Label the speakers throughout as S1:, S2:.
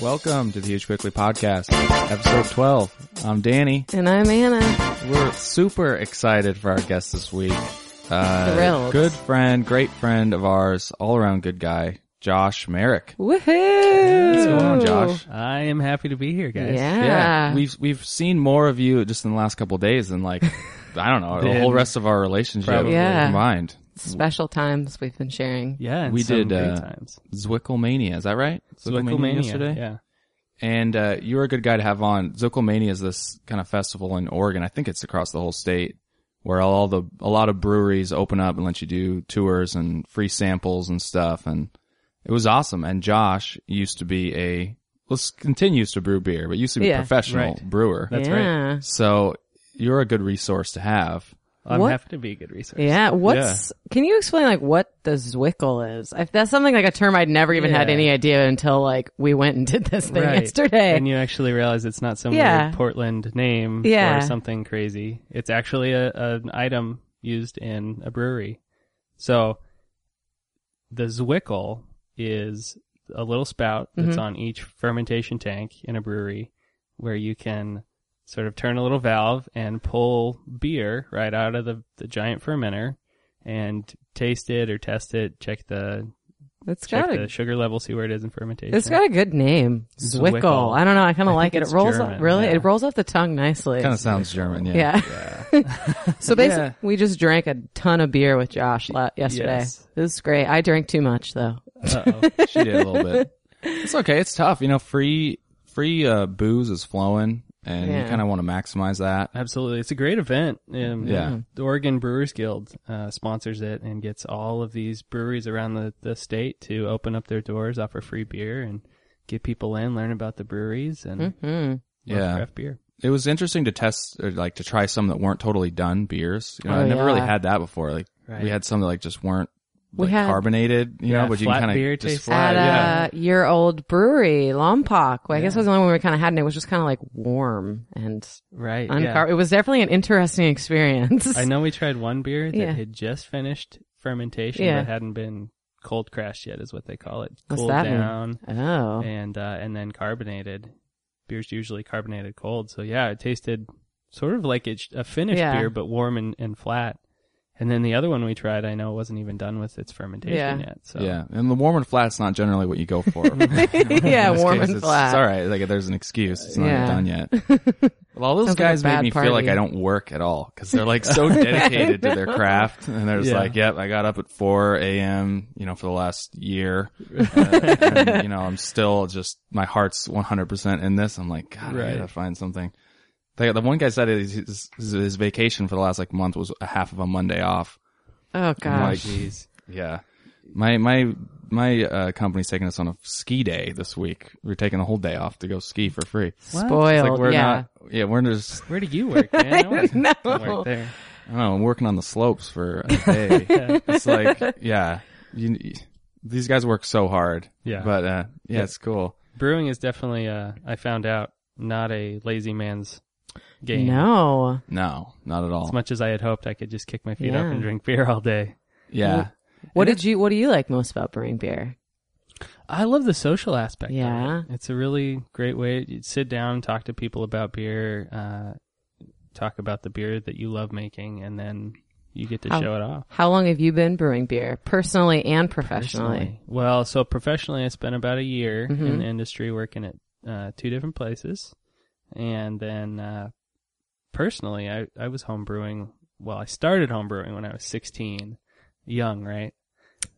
S1: Welcome to the Huge Quickly Podcast, episode 12. I'm Danny.
S2: And I'm Anna.
S1: We're super excited for our guest this week. Uh,
S2: Thrilled.
S1: Good friend, great friend of ours, all around good guy, Josh Merrick.
S2: Woohoo!
S1: What's going on, Josh?
S3: I am happy to be here, guys.
S2: Yeah.
S1: We've, we've seen more of you just in the last couple of days than like, I don't know, the
S3: Then-
S1: whole rest of our relationship
S3: Probably.
S2: Yeah.
S1: combined.
S2: Special times we've been sharing.
S3: Yeah, and
S1: We
S3: some
S1: did,
S3: great
S1: uh,
S3: times.
S1: Zwicklemania, is that right?
S3: Zwicklemania,
S1: yesterday?
S3: Yeah,
S1: And uh, you're a good guy to have on. Zocalmania is this kind of festival in Oregon. I think it's across the whole state where all the a lot of breweries open up and let you do tours and free samples and stuff. And it was awesome. And Josh used to be a well, s- continues to brew beer, but used to be a
S2: Yeah.
S1: professional
S3: Right.
S1: brewer.
S3: That's
S2: yeah. right.
S1: So you're a good resource to have.
S3: I'm
S2: What-
S3: happy to be a good resource.
S2: Yeah. What's, can you explain like what the Zwickle is? If that's something like a term I'd never even had
S3: Yeah.
S2: any idea until like we went and did this thing
S3: Right.
S2: yesterday.
S3: And you actually realize it's not some
S2: Yeah.
S3: weird Portland name
S2: Yeah.
S3: or something crazy. It's actually a, an item used in a brewery. So the Zwickle is a little spout that's
S2: Mm-hmm.
S3: on each fermentation tank in a brewery where you can sort of turn a little valve and pull beer right out of the, the giant fermenter and taste it or test it, check the
S2: it's
S3: check
S2: got
S3: the
S2: a,
S3: sugar level, see where it is in fermentation.
S2: it's got a good name. Zwickle.
S3: Zwickle.
S2: I don't know. I kind of
S3: I
S2: like
S3: think
S2: it. It
S3: it's
S2: rolls
S3: German,
S2: off, really,
S3: yeah.
S2: it rolls off the tongue nicely.
S1: Kind of sounds German, yeah.
S2: yeah. so basically,
S3: Yeah.
S2: we just drank a ton of beer with Josh la- yesterday.
S3: Yes.
S2: It was great. I drank too much though.
S3: Uh-oh.
S1: She did a little bit. It's okay. It's tough. You know, free free uh, booze is flowing, and you
S2: Yeah.
S1: kind of want to maximize that.
S3: Absolutely, it's a great event. Um,
S1: Yeah.
S3: the Oregon Brewers Guild uh, sponsors it and gets all of these breweries around the, the state to open up their doors, offer free beer, and get people in, learn about the breweries and love
S2: Hmm.
S1: Yeah.
S3: craft beer.
S1: it was interesting to test or like to try some that weren't totally done beers. You know, I
S2: Oh,
S1: never really
S2: yeah.
S1: had that before. Like
S3: Right.
S1: we had some that like just weren't
S2: We
S1: like,
S2: had-
S1: carbonated, you
S3: Yeah,
S1: know, but you can
S3: flat
S1: kind
S3: beer
S1: of just
S3: tastes-
S1: flat.
S2: at
S1: yeah.
S2: a year old brewery, Lompoc. Well, I guess it was the only one we kind of had, and it was just kind of like warm and
S3: Right. yeah.
S2: uncar- It was definitely an interesting experience.
S3: I know we tried one beer that
S2: Yeah.
S3: had just finished fermentation
S2: Yeah.
S3: but hadn't been cold crashed yet, is what they call it.
S2: What's
S3: Cooled
S2: that mean?
S3: down
S2: Oh,
S3: and uh, and then carbonated. Beer's usually carbonated cold, so yeah, it tasted sort of like it's a finished
S2: Yeah.
S3: beer, but warm and, and flat. And then the other one we tried, I know wasn't even done with its fermentation
S2: Yeah.
S3: yet. So
S1: Yeah, and the warm and flat's not generally what you go for.
S2: yeah, warm and
S1: It's
S2: flat.
S1: all right. Like there's an excuse. It's not
S2: Yeah.
S1: done yet. Well, all those
S2: Sounds like a
S1: guys make
S2: bad
S1: me feel like
S2: party.
S1: I don't work at all because they're like so dedicated to their craft, and they're just
S3: Yeah.
S1: like, "Yep, I got up at 4 a.m. You know, for the last year. Uh, and, you know, I'm still just my heart's 100 percent in this. I'm like, God, I
S3: Right.
S1: gotta find something." They, the one guy said his, his, his vacation for the last like month was a half of a Monday off.
S2: Oh
S1: Like,
S2: gosh.
S3: jeez.
S1: Yeah. My my my uh, company's taking us on a ski day this week. We're taking the whole day off to go ski for free.
S3: What?
S1: It's
S2: Spoiled.
S1: like we're
S2: yeah.
S1: not. Yeah, we're just.
S3: Where do you work, man? I always
S2: know.
S3: work there.
S1: I don't know. I'm working on the slopes for a day. It's like, yeah, you, these guys work so hard.
S3: Yeah.
S1: But uh, yeah, it's cool.
S3: Brewing is definitely, uh, I found out, not a lazy man's game.
S2: No.
S1: No, not at all.
S3: As much as I had hoped, I could just kick my feet up
S2: Yeah.
S3: and drink beer all day.
S1: yeah.
S2: What did you? What do you like most about brewing beer?
S3: I love the social aspect. of
S2: Yeah.
S3: it. it's a really great way to sit down, and talk to people about beer, uh, talk about the beer that you love making, and then you get to
S2: How-
S3: show it off.
S2: How long have you been brewing beer, personally and professionally?
S3: Personally. Well, so professionally, I spent about a year in the industry working at uh, two different places, and then uh, personally, I I was home brewing. Well, I started home brewing when I was sixteen, young, right?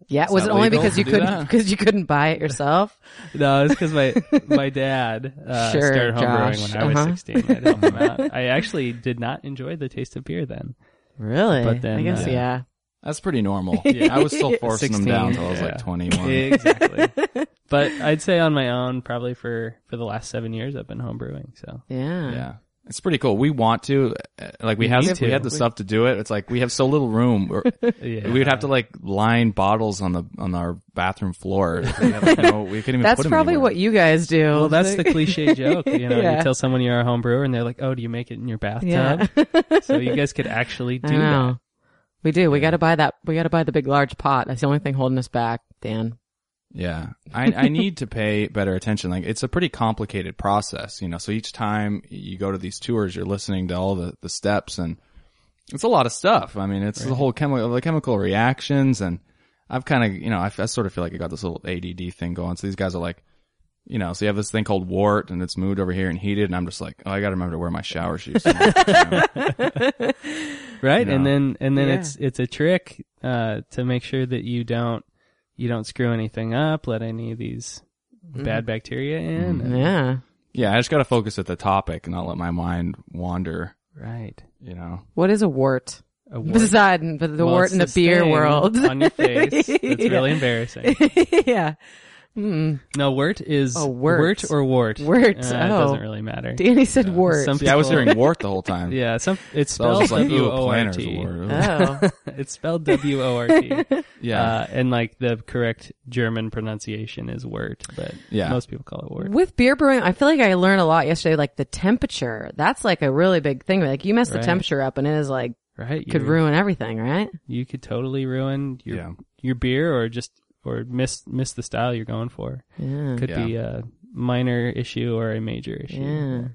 S2: Yeah. Was
S1: not
S2: it only
S1: legal
S2: because
S1: to
S2: you
S1: do
S2: couldn't
S1: that.
S2: because you couldn't buy it yourself?
S3: No, it's because my my dad uh,
S2: Sure,
S3: started home brewing
S2: Josh.
S3: when I was
S2: Uh-huh.
S3: sixteen. I'd help him out. I actually did not enjoy the taste of beer then.
S2: Really?
S3: But then,
S2: I guess
S3: uh,
S2: yeah.
S1: That's pretty normal.
S3: Yeah.
S1: I was still forcing
S3: 16,
S1: them down until I was
S3: yeah.
S1: like 21.
S3: exactly. but I'd say on my own, probably for for the last seven years, I've been home brewing. So
S2: Yeah.
S1: Yeah. It's pretty cool. We want to, uh, like, we, have
S3: need
S1: we
S3: to.
S1: had the stuff to do it. It's like we have so little room. We're-
S3: yeah,
S1: We would have to like line bottles on the on our bathroom floor. We, have, like, no, we couldn't even.
S2: That's
S1: put 'em
S2: probably
S1: anywhere.
S2: what you guys do.
S3: Well, that's the cliche joke. You know,
S2: Yeah.
S3: you tell someone you're a home brewer, and they're like, "Oh, do you make it in your bathtub?"
S2: Yeah.
S3: so you guys could actually
S2: I
S3: do
S2: know.
S3: that.
S2: We do. We got to buy that. We got to buy the big large pot. That's the only thing holding us back, Dan.
S1: Yeah. I, I need to pay better attention. Like it's a pretty complicated process, you know, so each time you go to these tours, you're listening to all the, the steps and it's a lot of stuff. I mean, it's the whole chemical, the chemical reactions and I've kind of, you know, I, f- I sort of feel like I got this little ADD thing going. So these guys are like, you know, so you have this thing called wart and it's moved over here and heated and I'm just like, oh, I got to remember to wear my shower shoes.
S3: right?
S1: No.
S3: And then and then
S2: Yeah.
S3: it's it's a trick uh, to make sure that you don't you don't screw anything up, let any of these bad bacteria in.
S2: Mm-hmm. Yeah.
S1: yeah. I just got to focus at the topic and not let my mind wander,
S3: Right.
S1: you know.
S2: What is a wart?
S3: A wart.
S2: Beside but the
S3: Well,
S2: wart
S3: it's
S2: in the
S3: this
S2: beer
S3: thing
S2: world.
S3: on your face. It's really
S2: Yeah.
S3: embarrassing.
S2: yeah. Mm,
S3: No, wort is
S2: Oh, wort.
S3: or wart.
S2: Wort,
S3: Uh, it
S2: oh.
S3: doesn't really matter.
S2: Danny said wart.
S3: Some-
S1: Yeah. I was
S3: People-
S1: hearing wart the whole time.
S3: yeah, some it's
S1: So I was
S3: spelled
S1: just like,
S3: W
S1: ooh,
S3: O R
S1: planners
S3: T.
S1: wart. Ooh.
S2: oh.
S3: It's spelled W O R T.
S1: Yeah.
S3: Uh, and like the correct German pronunciation is wort, but
S1: Yeah.
S3: most people call it wort.
S2: With beer brewing, I feel like I learned a lot yesterday. Like the temperature, that's like a really big thing. Like you mess
S3: Right.
S2: the temperature up, and it is like
S3: Right?
S2: could
S3: You're-
S2: ruin everything, right?
S3: you could totally ruin your
S1: Yeah.
S3: your beer or just or miss miss the style you're going for.
S2: Yeah.
S3: Could
S1: Yeah.
S3: be a minor issue or a major issue.
S2: Yeah.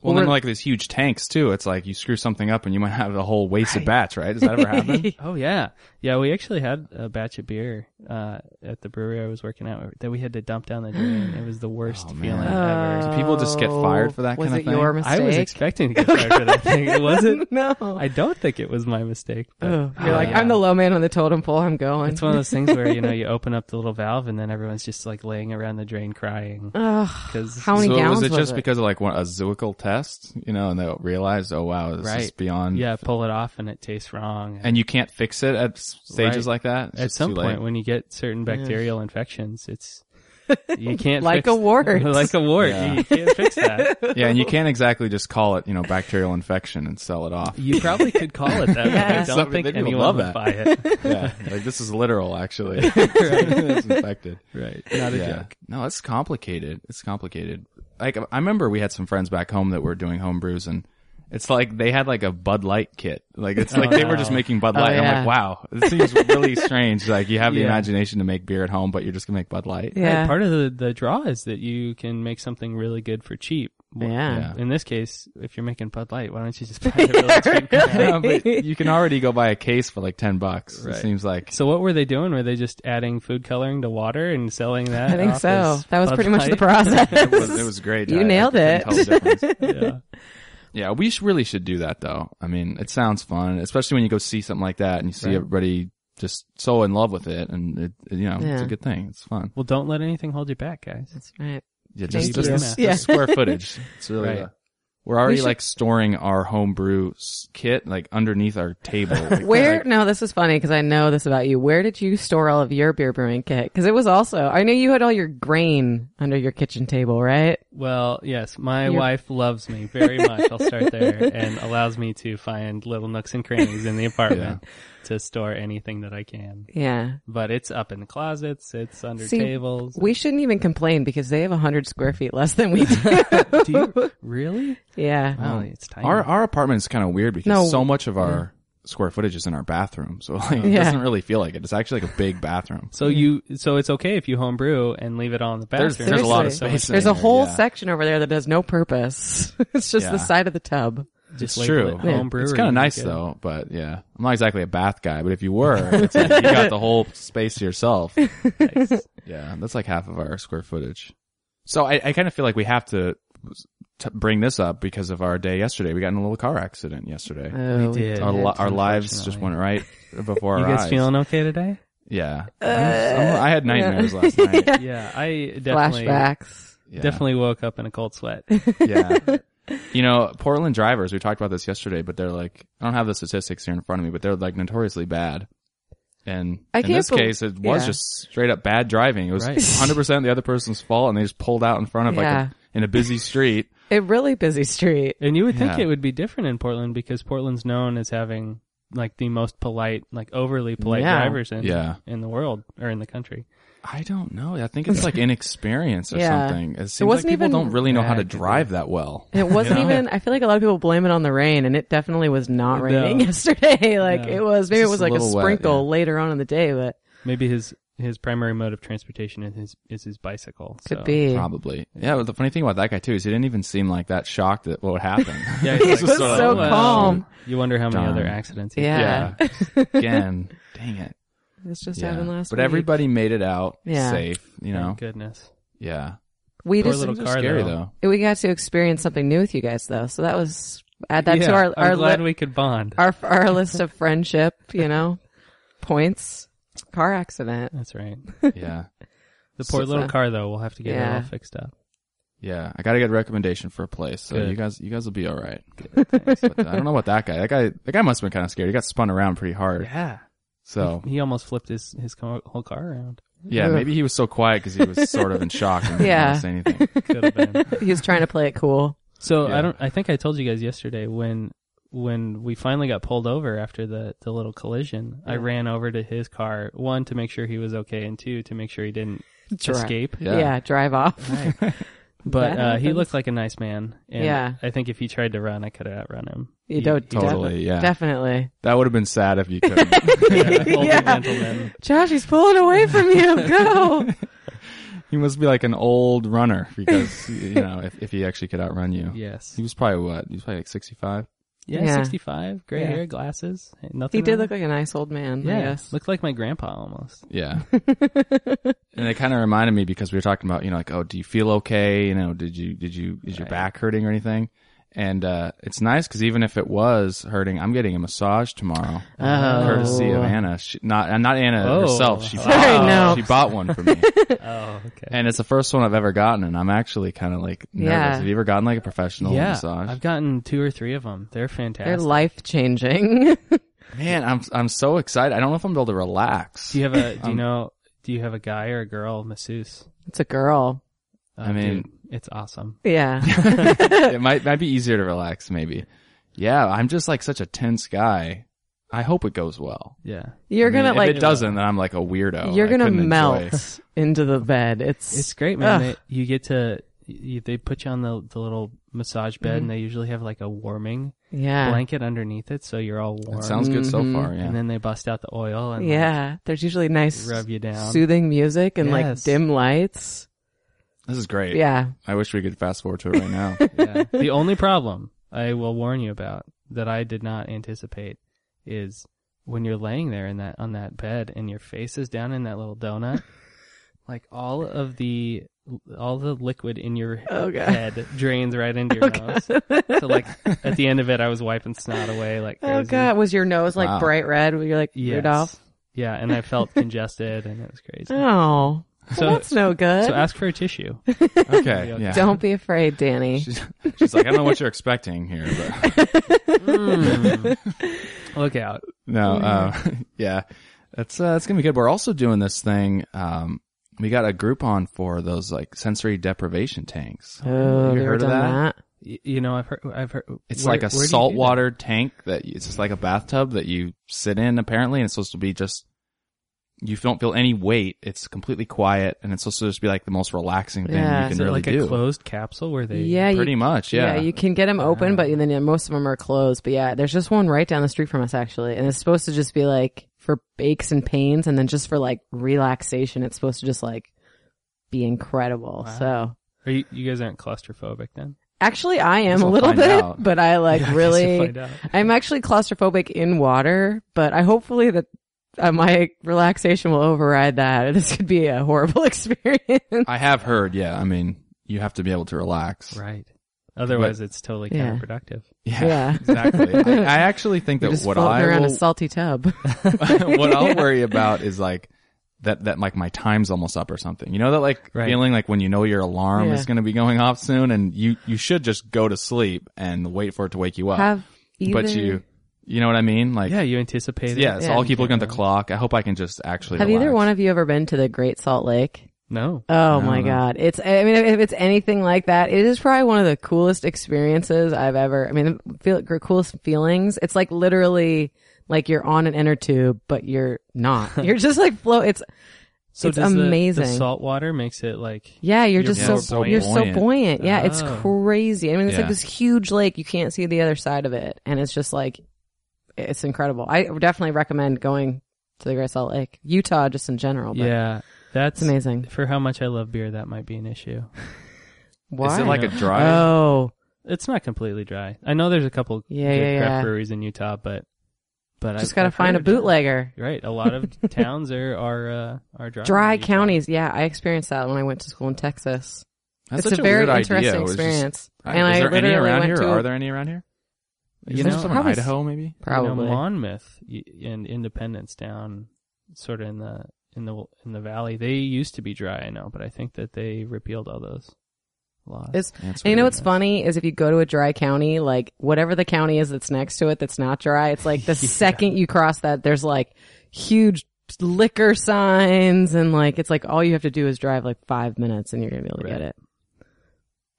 S1: Well, then
S2: Or-
S1: like these huge tanks too. It's like you screw something up and you might have a whole waste of batch, right? Does that ever happen?
S3: Oh yeah, yeah. We actually had a batch of beer uh, at the brewery I was working at that we had to dump down the drain. It was the worst
S1: Oh,
S3: feeling
S1: man.
S3: ever.
S1: Do people just get fired for that
S2: Oh, was
S1: kind of
S2: it
S1: thing?
S2: Your Uh, mistake?
S3: I was expecting to get fired for that thing. It wasn't.
S2: no.
S3: I don't think it was my mistake. But
S2: Ugh. you're
S3: uh,
S2: Oh, like I'm the low man on the totem pole. I'm going.
S3: It's one of those things where you know you open up the little valve and then everyone's just like laying around the drain crying
S2: Ugh.
S3: because
S2: How many
S1: so
S2: gallons
S1: was it
S2: was
S1: just
S2: it?
S1: because of like one, a zooical test, you know, and they realized, oh wow, this is
S3: Right.
S1: beyond.
S3: yeah, pull it off and it tastes wrong.
S1: And you can't fix it at s- stages
S3: Right.
S1: like that. It's
S3: at
S1: just
S3: some
S1: too
S3: point,
S1: late.
S3: when you get certain bacterial infections, it's you can't
S2: Like
S3: fix-
S2: a wart.
S3: like a wart.
S1: Yeah.
S3: You can't fix that.
S1: yeah, and you can't exactly just call it, you know, bacterial infection and sell it off.
S3: You probably could call it that. but I don't
S1: Something
S3: think
S1: that you would
S3: anyone
S1: love
S3: would
S1: at.
S3: buy it.
S1: Yeah, like this is literal, actually. it's infected.
S3: right? Not a joke.
S1: No, it's complicated. It's complicated. Like I remember we had some friends back home that were doing home brews and it's like they had like a Bud Light kit. Like it's like they were just making Bud Light.
S2: Oh. yeah.
S1: I'm like, wow, this seems really strange. Like you have the
S3: Yeah.
S1: imagination to make beer at home, but you're just gonna make Bud Light.
S2: yeah.
S3: Right, Part of the, the draw is that you can make something really good for cheap. Well,
S2: Yeah.
S1: Yeah.
S3: In this case, if you're making Bud Light, why don't you just buy the really cheap? crap?
S1: Yeah, but you can already go buy a case for like ten bucks. It seems like
S3: So what were they doing? Were they just adding food coloring to water and selling that?
S2: I think
S3: off
S2: so.
S3: as
S2: That was
S3: Bud
S2: pretty much the
S3: Light?
S2: process.
S1: it was, it was great.
S2: You
S1: I- I
S2: nailed
S1: couldn't tell the difference.
S3: Yeah.
S1: Yeah, we sh- really should do that though. I mean, it sounds fun, especially when you go see something like that and you see
S3: Right.
S1: everybody just so in love with it, and it, it- you know, it's a
S2: Yeah.
S1: good thing. It's fun.
S3: Well, don't let anything hold you back, guys.
S2: That's right.
S1: Yeah,
S2: Thank
S1: just just,
S2: you.
S1: the s-
S2: Yeah.
S1: the square footage. It's really.
S3: Right.
S1: uh, we're already
S2: should-
S1: like storing our homebrew s- kit like underneath our table. Like,
S2: Where?
S1: like,
S2: No, this is funny because I know this about you. Where did you store all of your beer brewing kit? Because it was also, I know you had all your grain under your kitchen table, right?
S3: Well, yes, my
S2: You're-
S3: wife loves me very much. I'll start there and allows me to find little nooks and crannies in the apartment to store anything that I can.
S2: Yeah.
S3: But it's up in the closets, it's under
S2: See,
S3: tables.
S2: We shouldn't even complain because they have 100 square feet less than we do.
S3: Do you really?
S2: yeah.
S3: Wow, it's tiny.
S1: our our apartment is kind of weird because
S2: No.
S1: so much of our square footage is in our bathroom, so like, it
S2: Yeah.
S1: doesn't really feel like it. It's actually like a big bathroom.
S3: so you so it's okay if you homebrew and leave it all in the bathroom.
S1: There's- there's a lot of
S2: Seriously.
S1: space in
S2: There's a
S1: there,
S2: whole
S1: yeah.
S2: section over there that does no purpose. it's just
S1: Yeah.
S2: the side of the tub.
S3: Just
S1: It's
S3: label
S1: true.
S3: it home brewery.
S1: It's kind of nice
S3: Okay.
S1: though, but yeah, I'm not exactly a bath guy. But if you were, it's like you got the whole space to yourself. Yeah, that's like half of our square footage. So I, I kind of feel like we have to t- bring this up because of our day yesterday. We got in a little car accident yesterday.
S2: Oh,
S3: We did.
S1: our li- our lives
S3: unfortunately.
S1: just went right before
S3: You
S1: our
S3: guys
S1: eyes.
S3: feeling okay today?
S1: Yeah, I'm- I'm- I had nightmares last night. Yeah.
S3: Yeah, I definitely
S2: Flashbacks.
S3: definitely woke up in a cold sweat.
S1: yeah. You know, Portland drivers, we talked about this yesterday, but they're like, I don't have the statistics here in front of me, but they're like notoriously bad. And
S2: I
S1: in
S2: can't
S1: this
S2: bel-
S1: case, it was
S2: yeah.
S1: just straight up bad driving. It was
S3: Right.
S1: 100% the other person's fault and they just pulled out in front of
S2: Yeah.
S1: like a, in a busy street.
S2: A really busy street.
S3: And you would think
S1: Yeah.
S3: it would be different in Portland because Portland's known as having like the most polite, like overly polite
S2: Yeah.
S3: drivers in
S1: Yeah.
S3: in the world or in the country.
S1: I don't know. I think it's like inexperience or
S2: Yeah.
S1: something. It seems like
S2: wasn't
S1: people
S2: even-
S1: don't really know how
S3: Yeah,
S1: to
S3: it could be.
S1: drive that well.
S2: It wasn't
S1: Yeah.
S2: even. I feel like a lot of people blame it on the rain, and it definitely was not raining yesterday. Like
S3: No.
S2: it was. Maybe it
S1: Just
S2: was
S1: a
S2: like a
S1: little wet,
S2: sprinkle
S1: yeah.
S2: later on in the day, but
S3: Maybe his his primary mode of transportation is his is his bicycle.
S2: Could
S3: so.
S2: be.
S1: Probably. Yeah. Well, the funny thing about that guy too is he didn't even seem like that shocked at what happened.
S3: Yeah,
S2: He
S3: he's
S2: was
S3: like,
S2: so
S3: well,
S2: calm.
S3: You wonder how many
S1: Darn.
S3: other accidents. He
S2: Yeah.
S1: Again. Dang it.
S2: This just
S1: Yeah.
S2: happened last
S1: but
S2: week.
S1: everybody made it out
S2: Yeah.
S1: safe. You
S3: Thank
S1: know.
S3: Goodness.
S1: Yeah.
S2: we
S3: Poor
S2: just
S3: little
S1: Those are
S3: car,
S1: scary
S3: though.
S1: though.
S2: we got to experience something new with you guys though. So that was add that to
S3: Yeah,
S2: our
S3: I'm
S2: our,
S3: glad
S2: li-
S3: we could bond.
S2: our our list of friendship, you know, points. Car accident.
S3: That's right.
S1: yeah.
S3: The poor
S2: So-
S3: little car though. We'll have to get it
S2: Yeah.
S3: all fixed up.
S1: Yeah, I gotta get a recommendation for a place. So
S3: Good.
S1: you guys, you guys will be all right. But uh, I don't know about that guy. That guy, that guy must have been kind of scared. He got spun around pretty hard.
S3: Yeah.
S1: So
S3: He almost flipped his his co- whole car around.
S1: yeah, maybe he was so quiet because he was sort of in shock and didn't
S2: Yeah.
S1: want to say anything.
S3: Could have been.
S2: He was trying to play it cool.
S3: So
S1: Yeah.
S3: I don't. I think I told you guys yesterday when when we finally got pulled over after the the little collision. I
S2: Yeah.
S3: ran over to his car one to make sure he was okay and two to make sure he didn't
S2: Dri-
S3: escape.
S2: Yeah.
S1: Yeah.
S2: drive off.
S3: But
S2: That
S3: uh, he
S2: happens.
S3: looked like a nice man. And
S2: Yeah.
S3: I think if he tried to run, I could have outrun him.
S2: You don't
S1: Totally, yeah.
S2: Definitely.
S1: That would have been sad if you couldn't.
S3: Yeah, older
S2: Yeah.
S3: gentleman.
S2: Josh, he's pulling away from you. Go.
S1: he must be like an old runner because you know if, if he actually could outrun you,
S3: Yes.
S1: he was probably what he was probably like sixty five.
S3: Yeah,
S2: Yeah.
S3: 65, gray
S2: Yeah.
S3: hair, glasses, eh, nothing.
S2: he did
S3: wrong.
S2: look like a nice old man.
S3: yeah,
S2: I guess.
S3: looked like my grandpa almost.
S1: Yeah. and it kind of reminded me because we were talking about, you know, like, oh, do you feel okay? You know, did you, did you, is your
S3: Right.
S1: back hurting or anything? And, uh, it's nice because even if it was hurting, I'm getting a massage tomorrow.
S2: Oh.
S1: Courtesy of Anna. She, not, uh, not Anna
S3: Oh.
S1: herself. She
S3: Sorry,
S1: bought,
S2: no.
S1: she bought one for me.
S3: oh, okay.
S1: and it's the first one I've ever gotten. And I'm actually kind of like nervous.
S2: Yeah.
S1: Have you ever gotten like a professional
S3: yeah,
S1: massage?
S3: I've gotten two or three of them. They're
S2: They're
S3: fantastic.
S2: life changing.
S1: Man, I'm, I'm so excited. I don't know if I'm able to relax.
S3: do you have a?
S1: Um,
S3: Do you know? Do you have a guy or a girl masseuse?
S2: it's a girl.
S3: Oh,
S1: I mean-
S3: dude, it's awesome.
S2: Yeah.
S1: it might might be easier to relax maybe. Yeah, I'm just like such a tense guy. I hope it goes well.
S3: Yeah,
S2: You're
S1: I mean,
S2: gonna
S1: if
S2: like
S1: it doesn't, then I'm like a weirdo.
S2: you're
S1: I
S2: gonna
S1: couldn't enjoy-
S2: melt into the bed. It's
S3: it's great, man.
S2: Ugh.
S3: They, you get to. You, they put you on the the little massage bed,
S1: Mm-hmm.
S3: and they usually have like a warming
S2: yeah.
S3: blanket underneath it, so you're all warm.
S1: It sounds good so far.
S2: Mm-hmm.
S3: And
S1: Yeah,
S3: then they bust out the oil and like,
S2: Yeah. There's usually nice
S3: rub you down.
S2: soothing music and like
S3: Yes.
S2: dim lights.
S1: this is great.
S2: Yeah.
S1: I wish we could fast forward to it right now.
S3: Yeah. the only problem I will warn you about that I did not anticipate is when you're laying there in that on that bed and your face is down in that little donut, like all of the all the liquid in your
S2: Oh, God.
S3: head drains right into your nose. So like at the end of it, I was wiping snot away like crazy.
S2: Oh god, was your nose like
S1: Wow.
S2: bright red? Were you like
S3: Yes.
S2: Rudolph?
S3: Yeah, and I felt congested and it was crazy.
S2: Oh,
S3: So-
S2: well, that's no good.
S3: So ask for a tissue.
S1: Okay. Yeah.
S2: Don't be afraid, Danny.
S1: She's, she's like, I don't know what you're expecting here, but
S3: Look out.
S1: no, uh, yeah, that's uh, that's gonna be good. We're also doing this thing. Um, we got a Groupon for those like sensory deprivation tanks.
S2: Oh,
S1: Have
S2: you
S1: you
S2: ever
S1: heard of
S2: done
S1: that?
S2: that?
S3: Y- You know, I've heard. I've heard.
S1: It's
S3: where-
S1: like a
S3: where do you do
S1: saltwater tank that you- it's just like a bathtub that you sit in apparently, and it's supposed to be just you don't feel any weight. It's completely quiet, and it's supposed to just be like the most relaxing thing
S2: Yeah.
S1: you
S3: that?
S1: can
S3: Is it
S1: really
S3: like
S1: do.
S3: a closed capsule where they?
S2: Yeah,
S1: Pretty
S2: you,
S1: much, yeah.
S2: you can get them open, but then yeah, most of them are closed. But yeah, there's just one right down the street from us actually, and it's supposed to just be like for aches and pains, and then just for like relaxation, it's supposed to just like be incredible.
S3: Wow.
S2: So
S3: Are you, you guys aren't claustrophobic then?
S2: actually, I am
S1: Guess
S2: a
S1: I'll
S2: little
S1: find
S2: bit,
S1: out.
S2: but I like
S3: Yeah, I guess
S2: really.
S3: we'll find out.
S2: I'm actually claustrophobic in water, but I hopefully that uh, my relaxation will override that. This could be a horrible experience.
S1: I have heard, yeah. I mean, you have to be able to relax.
S3: Right. Otherwise, it's totally
S2: Yeah.
S3: counterproductive.
S1: Yeah,
S2: Yeah.
S1: exactly. I, I actually think
S2: You're
S1: that
S2: just
S1: what
S2: floating
S1: I
S2: around a
S1: will,
S2: salty tub.
S1: what I'll worry about is like that that like my time's almost up or something. You know that like
S3: Right.
S1: feeling like when you know your alarm
S2: Yeah.
S1: is going to be going off soon, and you you should just go to sleep and wait for it to wake you up.
S2: Have
S1: but
S2: either-
S1: you you know what I mean? Like
S3: Yeah, you anticipate it.
S1: yeah, so
S2: Yeah.
S1: I'll keep looking at the clock. I hope I can just actually
S2: have
S1: relax.
S2: either one of you ever been to the Great Salt Lake?
S3: No.
S2: Oh my god! It's I mean if it's anything like that, it is probably one of the coolest experiences I've ever. I mean, the feel, coolest feelings. It's like literally like you're on an inner tube, but you're not. You're just like float. It's
S3: So
S2: It's
S3: does the-
S2: amazing.
S3: The, salt water makes it like.
S2: Yeah, you're,
S3: You're
S2: just so,
S3: more
S1: buoyant.
S2: you're so buoyant. Yeah, it's
S3: Oh.
S2: crazy. I mean, it's like
S1: Yeah.
S2: this huge lake. You can't see the other side of it, and it's just like it's incredible. I definitely recommend going to the Great Salt Lake, Utah, just in general. But
S3: yeah, that's
S2: it's amazing.
S3: For how much I love beer, that might be an issue.
S2: Why?
S1: Is it like a dry?
S2: oh,
S3: It's not completely dry. I know there's a couple
S2: Yeah,
S3: good
S2: yeah,
S3: craft
S2: yeah.
S3: breweries in Utah, but but
S2: just
S3: I've-
S2: got to
S3: I've
S2: find a
S3: heard-
S2: bootlegger.
S3: Right, a lot of towns are are uh, are dry. in
S2: Dry
S3: Utah.
S2: counties. Yeah, I experienced that when I went to school in Texas.
S1: That's
S2: it's
S1: such
S2: a very
S1: weird
S2: interesting
S1: idea. It was just-
S2: experience.
S1: I-
S2: and
S1: is
S2: I
S1: there any
S2: literally
S1: around
S2: went
S1: here?
S2: to
S1: Are there any around here?
S3: You
S1: Is
S3: know,
S1: there some in
S2: probably-
S1: Idaho, maybe.
S2: probably.
S3: You know, Monmouth y- and Independence down sort of in the in the in the valley. They used to be dry, I know, but I think that they repealed all those laws.
S2: It's-
S1: That's
S2: And you know
S1: weird.
S2: what's funny is if you go to a dry county, like whatever the county is that's next to it that's not dry, it's like the
S3: Yeah.
S2: second you cross that, there's like huge liquor signs and like it's like all you have to do is drive like five minutes and you're gonna be able to get
S3: Right.
S2: it.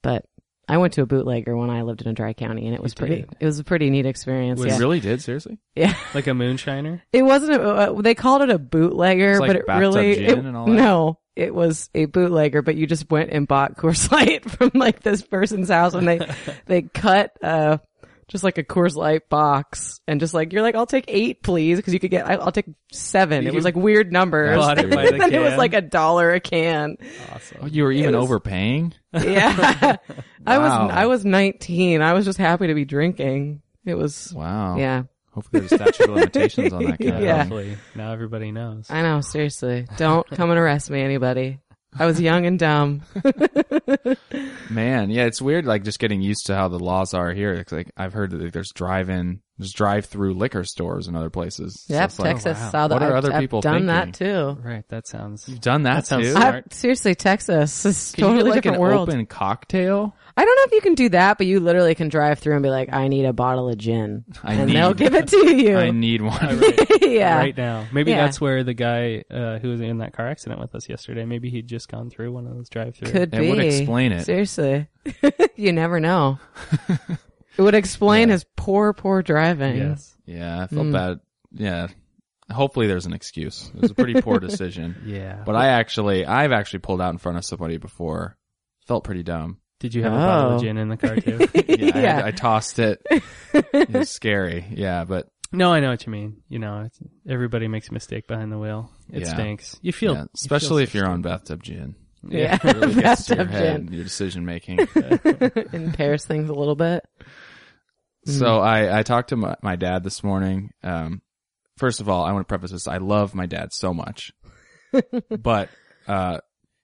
S2: But I went to a bootlegger when I lived in a dry county and it was pretty.
S3: did?
S2: It was a pretty neat experience.
S1: You
S2: yeah.
S1: really did seriously?
S2: yeah,
S3: like a moonshiner.
S2: it wasn't. A, uh, they called it a bootlegger,
S1: It's like
S2: but it
S1: bathtub
S2: really
S1: gin
S2: it-
S1: and all that?
S2: no. It was a bootlegger, but you just went and bought Coors Light from like this person's house, and they they cut uh just like a Coors Light box, and just like you're like, I'll take eight, please, because you could get I- I'll take seven.
S3: You
S2: it was like weird numbers.
S3: Bought it by the
S2: and it was
S3: can.
S2: like a dollar a can.
S1: Oh,
S3: Awesome.
S1: you were even
S2: was-
S1: overpaying.
S2: Yeah, I
S1: Wow.
S2: was I was 19. I was just happy to be drinking. It was
S1: Wow.
S2: yeah.
S1: Hopefully there's statute of limitations on that kind of
S2: Yeah.
S1: thing.
S3: Hopefully, now everybody knows.
S2: I know, seriously. Don't come and arrest me, anybody. I was young and dumb.
S1: Man, yeah, it's weird. Like just getting used to how the laws are here. It's like I've heard that there's drive-in, there's drive-through liquor stores in other places. So
S2: Yep,
S1: it's like,
S2: Texas.
S3: oh, wow.
S2: saw that.
S1: What are
S2: I've,
S1: other
S2: I've
S1: people
S2: done that
S1: thinking?
S2: too.
S3: Right, that sounds.
S1: You've done that,
S3: That sounds
S1: too.
S3: smart.
S2: I, seriously, Texas is
S1: Can you
S2: totally
S1: get, like
S2: different
S1: an
S2: world.
S1: open cocktail?
S2: I don't know if you can do that, but you literally can drive through and be like, "I need a bottle of gin,"
S1: I
S2: and
S1: need-
S2: they'll give it to you.
S1: I need one.
S3: All Oh, right.
S2: yeah,
S3: Right now, maybe
S2: Yeah.
S3: that's where the guy uh, who was in that car accident with us yesterday. Maybe he'd just gone through one of those drive-through.
S2: could
S1: It
S2: be.
S1: would explain it.
S2: Seriously, you never know. it would explain his poor, poor driving.
S3: Yes.
S1: Yeah, I felt
S2: Mm.
S1: bad. Yeah. Hopefully there's an excuse. It was a pretty poor decision.
S3: Yeah.
S1: But I actually, I've actually pulled out in front of somebody before. Felt pretty dumb.
S3: Did you have a bottle
S2: Oh.
S3: of gin in the car too?
S1: Yeah. I,
S2: Yeah.
S1: I tossed it. It was scary. Yeah. But
S3: no, I know what you mean. You know, it's, everybody makes a mistake behind the wheel. It
S1: Yeah.
S3: stinks. You feel,
S1: yeah,
S3: you feel
S1: especially if
S3: so
S1: you're on bathtub gin.
S2: Yeah,
S1: It really gets to your
S2: Bathtub
S1: head
S2: gin.
S1: and your decision making.
S2: impairs things a little bit.
S1: so I, I talked to my, my dad this morning. Um, first of all, I want to preface this. I love my dad so much, but, uh,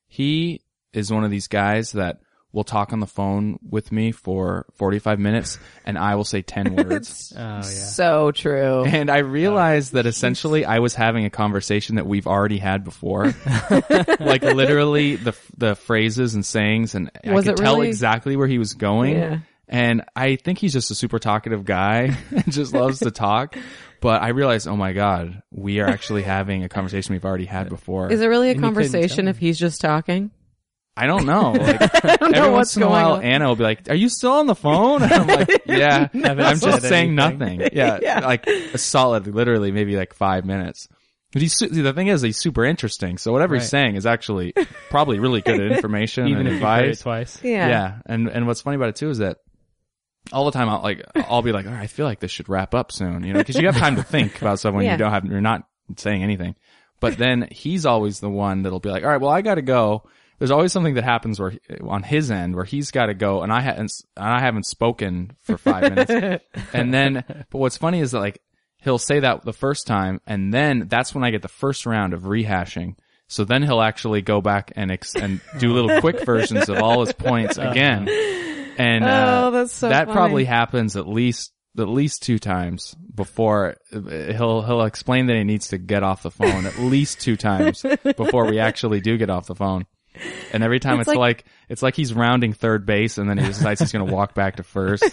S1: he is one of these guys that will talk on the phone with me for 45 minutes and I will say 10 words.
S3: Oh yeah.
S2: So true.
S1: And I realized that essentially I was having a conversation that we've already had before. like literally the the phrases and sayings and
S2: Was
S1: I
S2: it
S1: could tell
S2: really?
S1: exactly where he was going.
S2: Yeah.
S1: And I think he's just a super talkative guy and just loves to talk. But I realized, oh my God, we are actually having a conversation we've already had before.
S2: Is it really a
S3: And you couldn't
S2: conversation
S3: tell.
S2: if he's just talking?
S1: I don't know. Like,
S2: I don't
S1: every
S2: know
S1: once
S2: what's
S1: in a
S2: going
S1: while,
S2: on.
S1: Anna will be like, "Are you still on the phone?" And I'm like, "Yeah,
S3: Haven't
S1: I'm just
S3: said
S1: saying
S3: anything.
S1: nothing." Yeah,
S2: Yeah.
S1: like a solid, literally maybe like five minutes. But he's su- the thing is, he's super interesting. So whatever he's
S3: Right.
S1: saying is actually probably really good at information and
S3: Even if you heard it
S1: advice.
S3: twice.
S2: Yeah.
S1: and and what's funny about it too is that all the time I'll like I'll be like, "All right, I feel like this should wrap up soon," you know, because you have time to think about someone
S2: Yeah.
S1: you don't have. You're not saying anything, but then he's always the one that'll be like, "All right, well, I got to go." There's always something that happens where on his end where he's got to go, and I hadn't and I haven't spoken for five minutes, and then but what's funny is that like he'll say that the first time, and then that's when I get the first round of rehashing. So then he'll actually go back and ex- and do little quick versions of all his points again, and uh,
S2: Oh, that's so
S1: that
S2: funny.
S1: probably happens at least at least two times before uh, he'll he'll explain that he needs to get off the phone at least two times before we actually do get off the phone. And every time it's,
S2: like-
S1: like, it's like he's rounding third base and then he decides he's going to walk back to first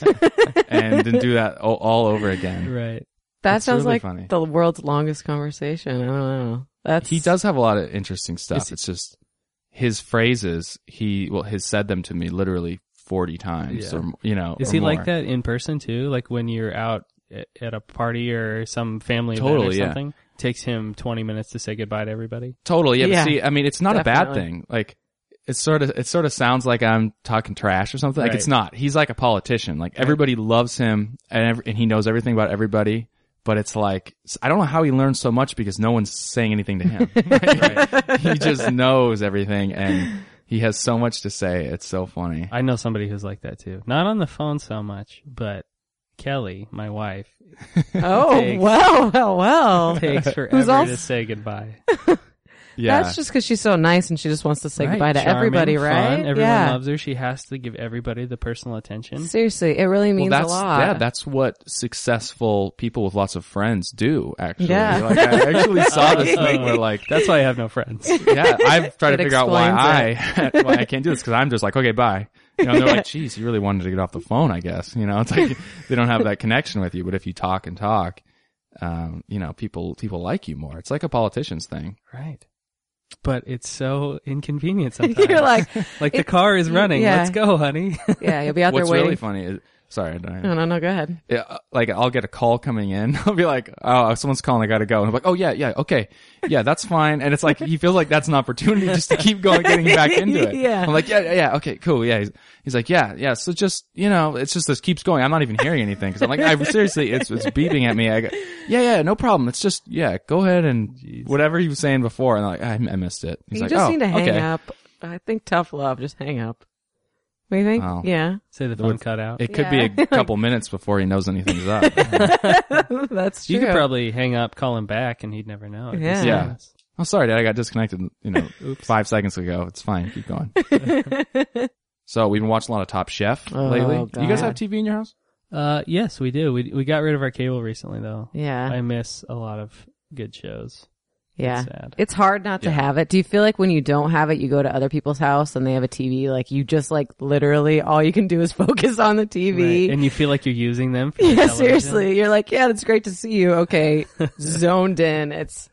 S1: and then do that all, all over again.
S3: Right.
S2: That
S1: It's
S2: sounds
S1: really
S2: like
S1: funny.
S2: the world's longest conversation. I don't know. That's
S1: He does have a lot of interesting stuff.
S3: Is-
S1: It's just his phrases. He well, has said them to me literally forty times,
S3: Yeah.
S1: or you know,
S3: Is
S1: or
S3: he
S1: more.
S3: like that in person too? Like when you're out a- at a party or some family
S1: Totally,
S3: event or
S1: yeah.
S3: something? Takes him 20 minutes to say goodbye to everybody.
S1: Totally. Yeah. but
S2: Yeah,
S1: see, I mean, it's not a bad
S2: definitely.
S1: thing. Like, it sort of, it sort of sounds like I'm talking trash or something. Like,
S3: Right.
S1: it's not. He's like a politician. Like, everybody loves him and, every, and he knows everything about everybody. but it's like I don't know how he learned so much because no one's saying anything to him. He just knows everything and he has so much to say. It's so funny.
S3: I know somebody who's like that too. Not on the phone so much, but Kelly, my wife,
S2: Oh,
S3: Takes-
S2: well, well, well.
S3: takes forever
S2: also-
S3: to say goodbye.
S1: Yeah,
S2: That's just because she's so nice and she just wants to say
S3: Right,
S2: goodbye to
S3: charming,
S2: everybody,
S3: fun,
S2: right?
S3: Everyone
S2: yeah.
S3: loves her. She has to give everybody the personal attention.
S2: Seriously, it really means
S1: that's,
S2: a lot.
S1: Yeah, that's what successful people with lots of friends do. Actually,
S2: Yeah.
S1: like I actually saw this
S3: Oh.
S1: thing where like
S3: That's why I have no friends.
S1: yeah, I've tried to
S2: It
S1: figure out why I
S2: explains
S1: why I can't do this because I'm just like, okay, bye. You know, and they're like, geez, you really wanted to get off the phone, I guess. You know, it's like they don't have that connection with you. But if you talk and talk, um, you know, people people like you more. It's like a politician's thing.
S3: right. But it's so inconvenient sometimes.
S2: You're like,
S3: Like the
S2: It-
S3: car is running.
S2: yeah.
S3: Let's go, honey.
S2: yeah, you'll be out there
S1: What's
S2: waiting.
S1: really funny is sorry, I don't
S2: no, no, no, go ahead.
S1: Yeah, uh, like I'll get a call coming in. I'll be like, "Oh, someone's calling. I gotta go." And I'm like, "Oh yeah, yeah, okay, yeah, that's fine." And it's like he feels like that's an opportunity just to keep going, getting back into it.
S2: Yeah.
S1: I'm like, "Yeah, yeah, yeah, okay, cool, yeah." He's, he's like, "Yeah, yeah." So just you know, it's just this keeps going. I'm not even hearing anything because I'm like, I, "Seriously, it's it's beeping at me." I go, "Yeah, yeah, no problem. It's just yeah, go ahead and whatever he was saying before." And I'm like, "I, I missed it." He's
S2: you
S1: like,
S2: just
S1: "Oh,
S2: need to hang
S1: okay."
S2: up. I think tough love, just hang up. What do you think?
S1: Wow.
S2: Yeah.
S3: Say the phone cut out.
S1: It could be
S2: Yeah.
S1: a couple minutes before he knows anything's up.
S2: That's true.
S3: you could probably hang up, call him back, and he'd never know. It'd be
S2: Yeah.
S1: Yeah.
S3: silence.
S1: Oh, sorry, Dad. I got disconnected, you know, five seconds ago. It's fine. Keep going. so we've been watching a lot of Top Chef
S2: Oh,
S1: lately. You guys
S2: God.
S1: have TV in your house?
S3: Uh, yes, we do. We we got rid of our cable recently, though.
S2: yeah.
S3: I miss a lot of good shows.
S2: yeah.
S3: It's sad.
S2: It's hard not to
S1: Yeah.
S2: have it. Do you feel like when you don't have it, you go to other people's house and they have a TV, like you just like literally all you can do is focus on the TV.
S3: Right. And you feel like you're using them. For
S2: yeah,
S3: television.
S2: seriously. You're like, yeah, it's great to see you. Okay. Zoned in. It's,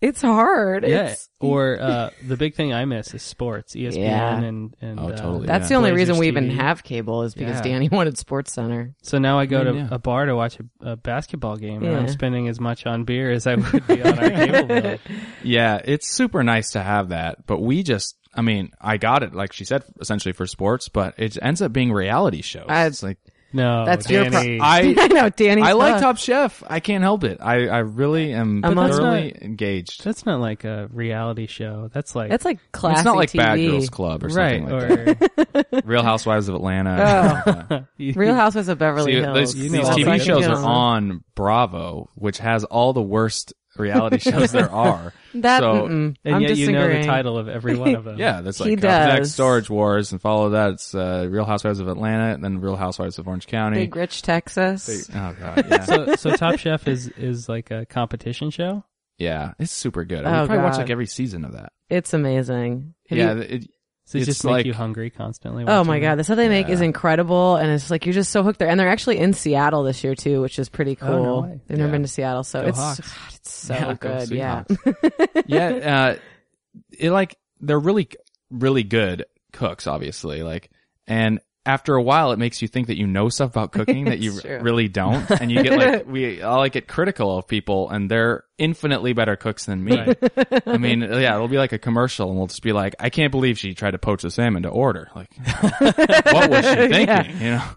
S2: it's hard.
S3: Yeah.
S2: It's,
S3: Or uh, the big thing I miss is sports, E ESPN,
S2: Yeah.
S3: and and
S1: Oh,
S3: uh,
S1: totally.
S2: that's
S1: yeah.
S2: the only
S3: Blazers
S2: reason we even
S3: TV.
S2: have cable is because
S3: Yeah.
S2: Danny wanted Sports Center.
S3: So now I go
S1: I mean,
S3: to
S1: yeah.
S3: a bar to watch a, a basketball game, and
S2: Yeah.
S3: I'm spending as much on beer as I would be on our cable bill.
S1: Yeah, it's super nice to have that, but we just, I mean, I got it, like she said, essentially for sports, but it ends up being reality shows.
S2: I-
S1: it's like,
S3: No,
S2: That's your pro-
S3: Danny.
S1: I,
S2: I know Danny.
S1: I like
S2: sucks.
S1: Top Chef. I can't help it. I, I really am
S2: But that's
S1: thoroughly
S3: not-
S1: engaged.
S3: that's not like a reality show. That's like
S2: That's like classic.
S1: It's not like
S2: TV.
S1: Bad Girls Club or
S3: right
S1: something like
S3: or
S1: that. Real Housewives of Atlanta. Yeah.
S2: Real Housewives of Beverly
S1: See,
S2: Hills.
S1: those-
S3: You
S1: these
S3: know all
S1: TV
S3: about it.
S1: shows
S2: Yeah.
S1: are on Bravo, which has all the worst reality shows there are.
S2: That
S1: so
S2: mm-mm.
S3: and
S2: I'm
S3: yet you
S2: disagreeing.
S3: know the title of every one of them.
S1: yeah, that's
S2: He
S1: like Complex
S2: does.
S1: Storage Wars, and follow that it's uh, Real Housewives of Atlanta, and then Real Housewives of Orange County.
S2: Big Rich Texas.
S1: oh god, yeah,
S3: So so Top Chef is is like a competition show.
S1: yeah, it's super good. I
S2: Oh,
S1: we probably watch
S2: God.
S1: like every season of that.
S2: It's amazing. Have
S1: yeah,
S2: you-
S1: it,
S3: So it
S1: It's
S3: just
S1: like-
S3: make you hungry constantly.
S2: oh
S3: watching
S2: my
S3: it.
S2: God, the stuff they make
S1: Yeah.
S2: is incredible, and it's like you're just so hooked there. And they're actually in Seattle this year too, which is pretty cool.
S3: Oh, no way.
S2: They've never
S1: Yeah.
S2: been to Seattle, so
S3: Go
S2: it's
S3: Hawks.
S2: God, it's so
S1: Yeah, go
S2: good. Yeah,
S1: yeah, uh, it like they're really really good cooks, obviously. Like, and after a while, it makes you think that you know stuff about cooking that you
S2: It's true.
S1: really don't, and you get like we I like get critical of people, and they're infinitely better cooks than me. I mean, yeah, it'll be like a commercial, and we'll just be like, I can't believe she tried to poach the salmon to order. Like, what was she thinking?
S2: Yeah.
S1: You know.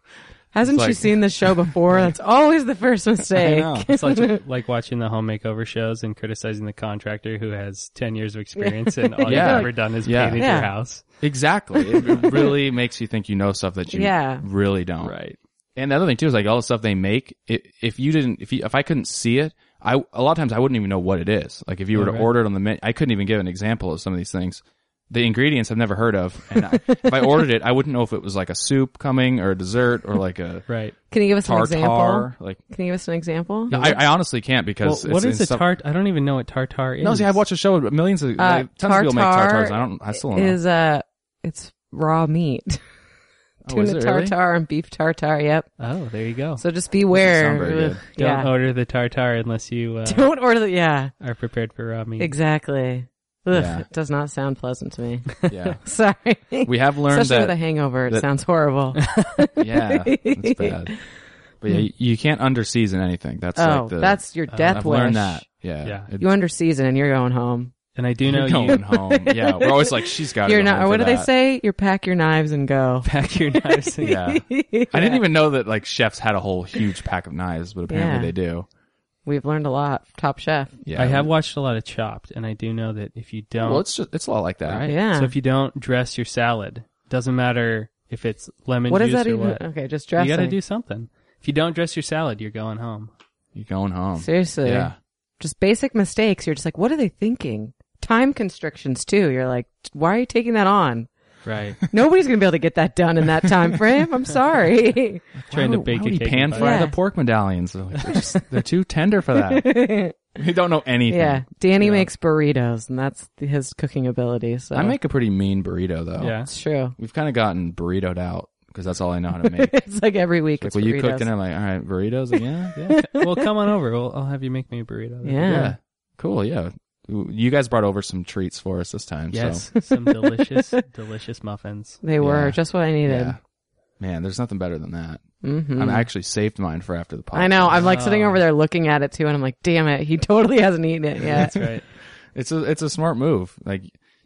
S2: hasn't
S1: It's
S2: she
S1: like-
S2: seen the show before? That's always the first
S1: I
S2: mistake.
S1: know.
S3: It's like like watching the home makeover shows and criticizing the contractor who has ten years of experience and all
S1: Yeah.
S3: you've ever done is
S1: Yeah.
S3: painted
S2: Yeah.
S3: your house.
S1: Exactly. It really makes you think you know stuff that you
S2: Yeah.
S1: really don't.
S3: Right.
S1: And the other thing too is like all the stuff they make. i if you didn't, if you, if I couldn't see it, I a lot of times I wouldn't even know what it is. Like if you were to
S3: right.
S1: order it on the menu, I couldn't even give an example of some of these things. The ingredients I've never heard of, and I, if I ordered it, I wouldn't know if it was like a soup coming or a dessert or like a
S3: Right.
S2: Can you give us an example?
S1: tartar. Like
S2: Can you give us an example?
S1: I, I honestly can't
S3: Well,
S1: because it's
S3: what is
S1: in
S3: a
S1: some-
S3: tart? I don't even know what tartar is.
S1: No, see, I've watched a show with millions of
S2: Uh,
S1: like, tons of people make
S2: tartare
S1: tartars. and I don't. I still don't
S2: Is uh, it's raw meat,
S1: know. Oh, is
S2: tuna
S1: it really?
S2: tartar and beef tartar. Yep.
S3: Oh, there you go.
S2: So just beware.
S1: sound very good.
S2: Ugh,
S3: don't
S2: yeah.
S3: order the tartar unless you uh,
S2: Don't order the yeah.
S3: are prepared for raw meat.
S2: Exactly. Ugh,
S1: Yeah.
S2: It does not sound pleasant to me.
S1: Yeah,
S2: Sorry.
S1: we have learned
S2: Especially
S1: that
S2: with a hangover, it
S1: that-
S2: sounds horrible.
S1: Yeah, that's bad. But yeah, you, you can't underseason anything. That's
S2: oh,
S1: like the,
S2: that's your death
S1: I've
S2: wish.
S1: learned that. Yeah,
S3: Yeah.
S1: It-
S2: You under season and you're going home.
S3: And I do
S1: you're
S3: know you
S1: going home. Yeah, we're always like, she's got.
S2: You're
S1: go
S2: not.
S1: home
S2: Or
S1: for
S2: what do they
S1: that.
S2: say? You pack your knives and go.
S3: pack your knives. and-
S1: Yeah, I didn't even know that like chefs had a whole huge pack of knives, but apparently
S2: Yeah.
S1: they do.
S2: We've learned a lot. Top Chef.
S1: Yeah,
S3: I have watched a lot of Chopped, and I do know that if you don't,
S1: Well, it's just, it's a lot like that.
S3: right?
S2: Yeah.
S3: So if you don't dress your salad, doesn't matter if it's lemon
S2: What
S3: juice
S2: is that
S3: or
S2: even?
S3: what.
S2: Okay, just
S3: You
S2: dressing.
S3: got to do something. If you don't dress your salad, you're going home.
S1: You're going home.
S2: seriously.
S1: Yeah.
S2: Just basic mistakes. You're just like, what are they thinking? Time constrictions too. You're like, why are you taking that on?
S3: Right.
S2: Nobody's gonna be able to get that done in that time frame. I'm sorry.
S3: Trying to
S1: Why
S3: bake
S1: would
S3: a
S1: he
S3: cake.
S1: pan
S3: and
S1: fry
S2: Yeah.
S1: the pork medallions? They're, like, they're, just, they're too tender for that. they don't know anything.
S2: yeah, Danny makes burritos, and that's his cooking ability. So
S1: I make a pretty mean burrito though.
S3: Yeah.
S2: it's true.
S1: We've kind of gotten burritoed out because that's all I know how to make.
S2: It's like every week.
S1: like,
S2: it's
S1: well, you
S2: burritos.
S1: cooked and I'm like, all right, burritos again? Yeah.
S3: well, come on over. We'll, I'll have you make me a burrito.
S2: Yeah.
S1: yeah. Cool. Yeah. You guys brought over some treats for us this time. So,
S3: Yes. Some delicious, delicious muffins.
S2: They were
S1: Yeah.
S2: just what I needed.
S1: yeah. Man, there's nothing better than that.
S2: hmm
S1: I actually saved mine for after the podcast.
S2: I know. I'm like sitting
S3: Oh.
S2: over there looking at it too, and I'm like, damn it, he totally hasn't eaten it yet.
S3: That's right.
S1: It's a it's a smart move. Like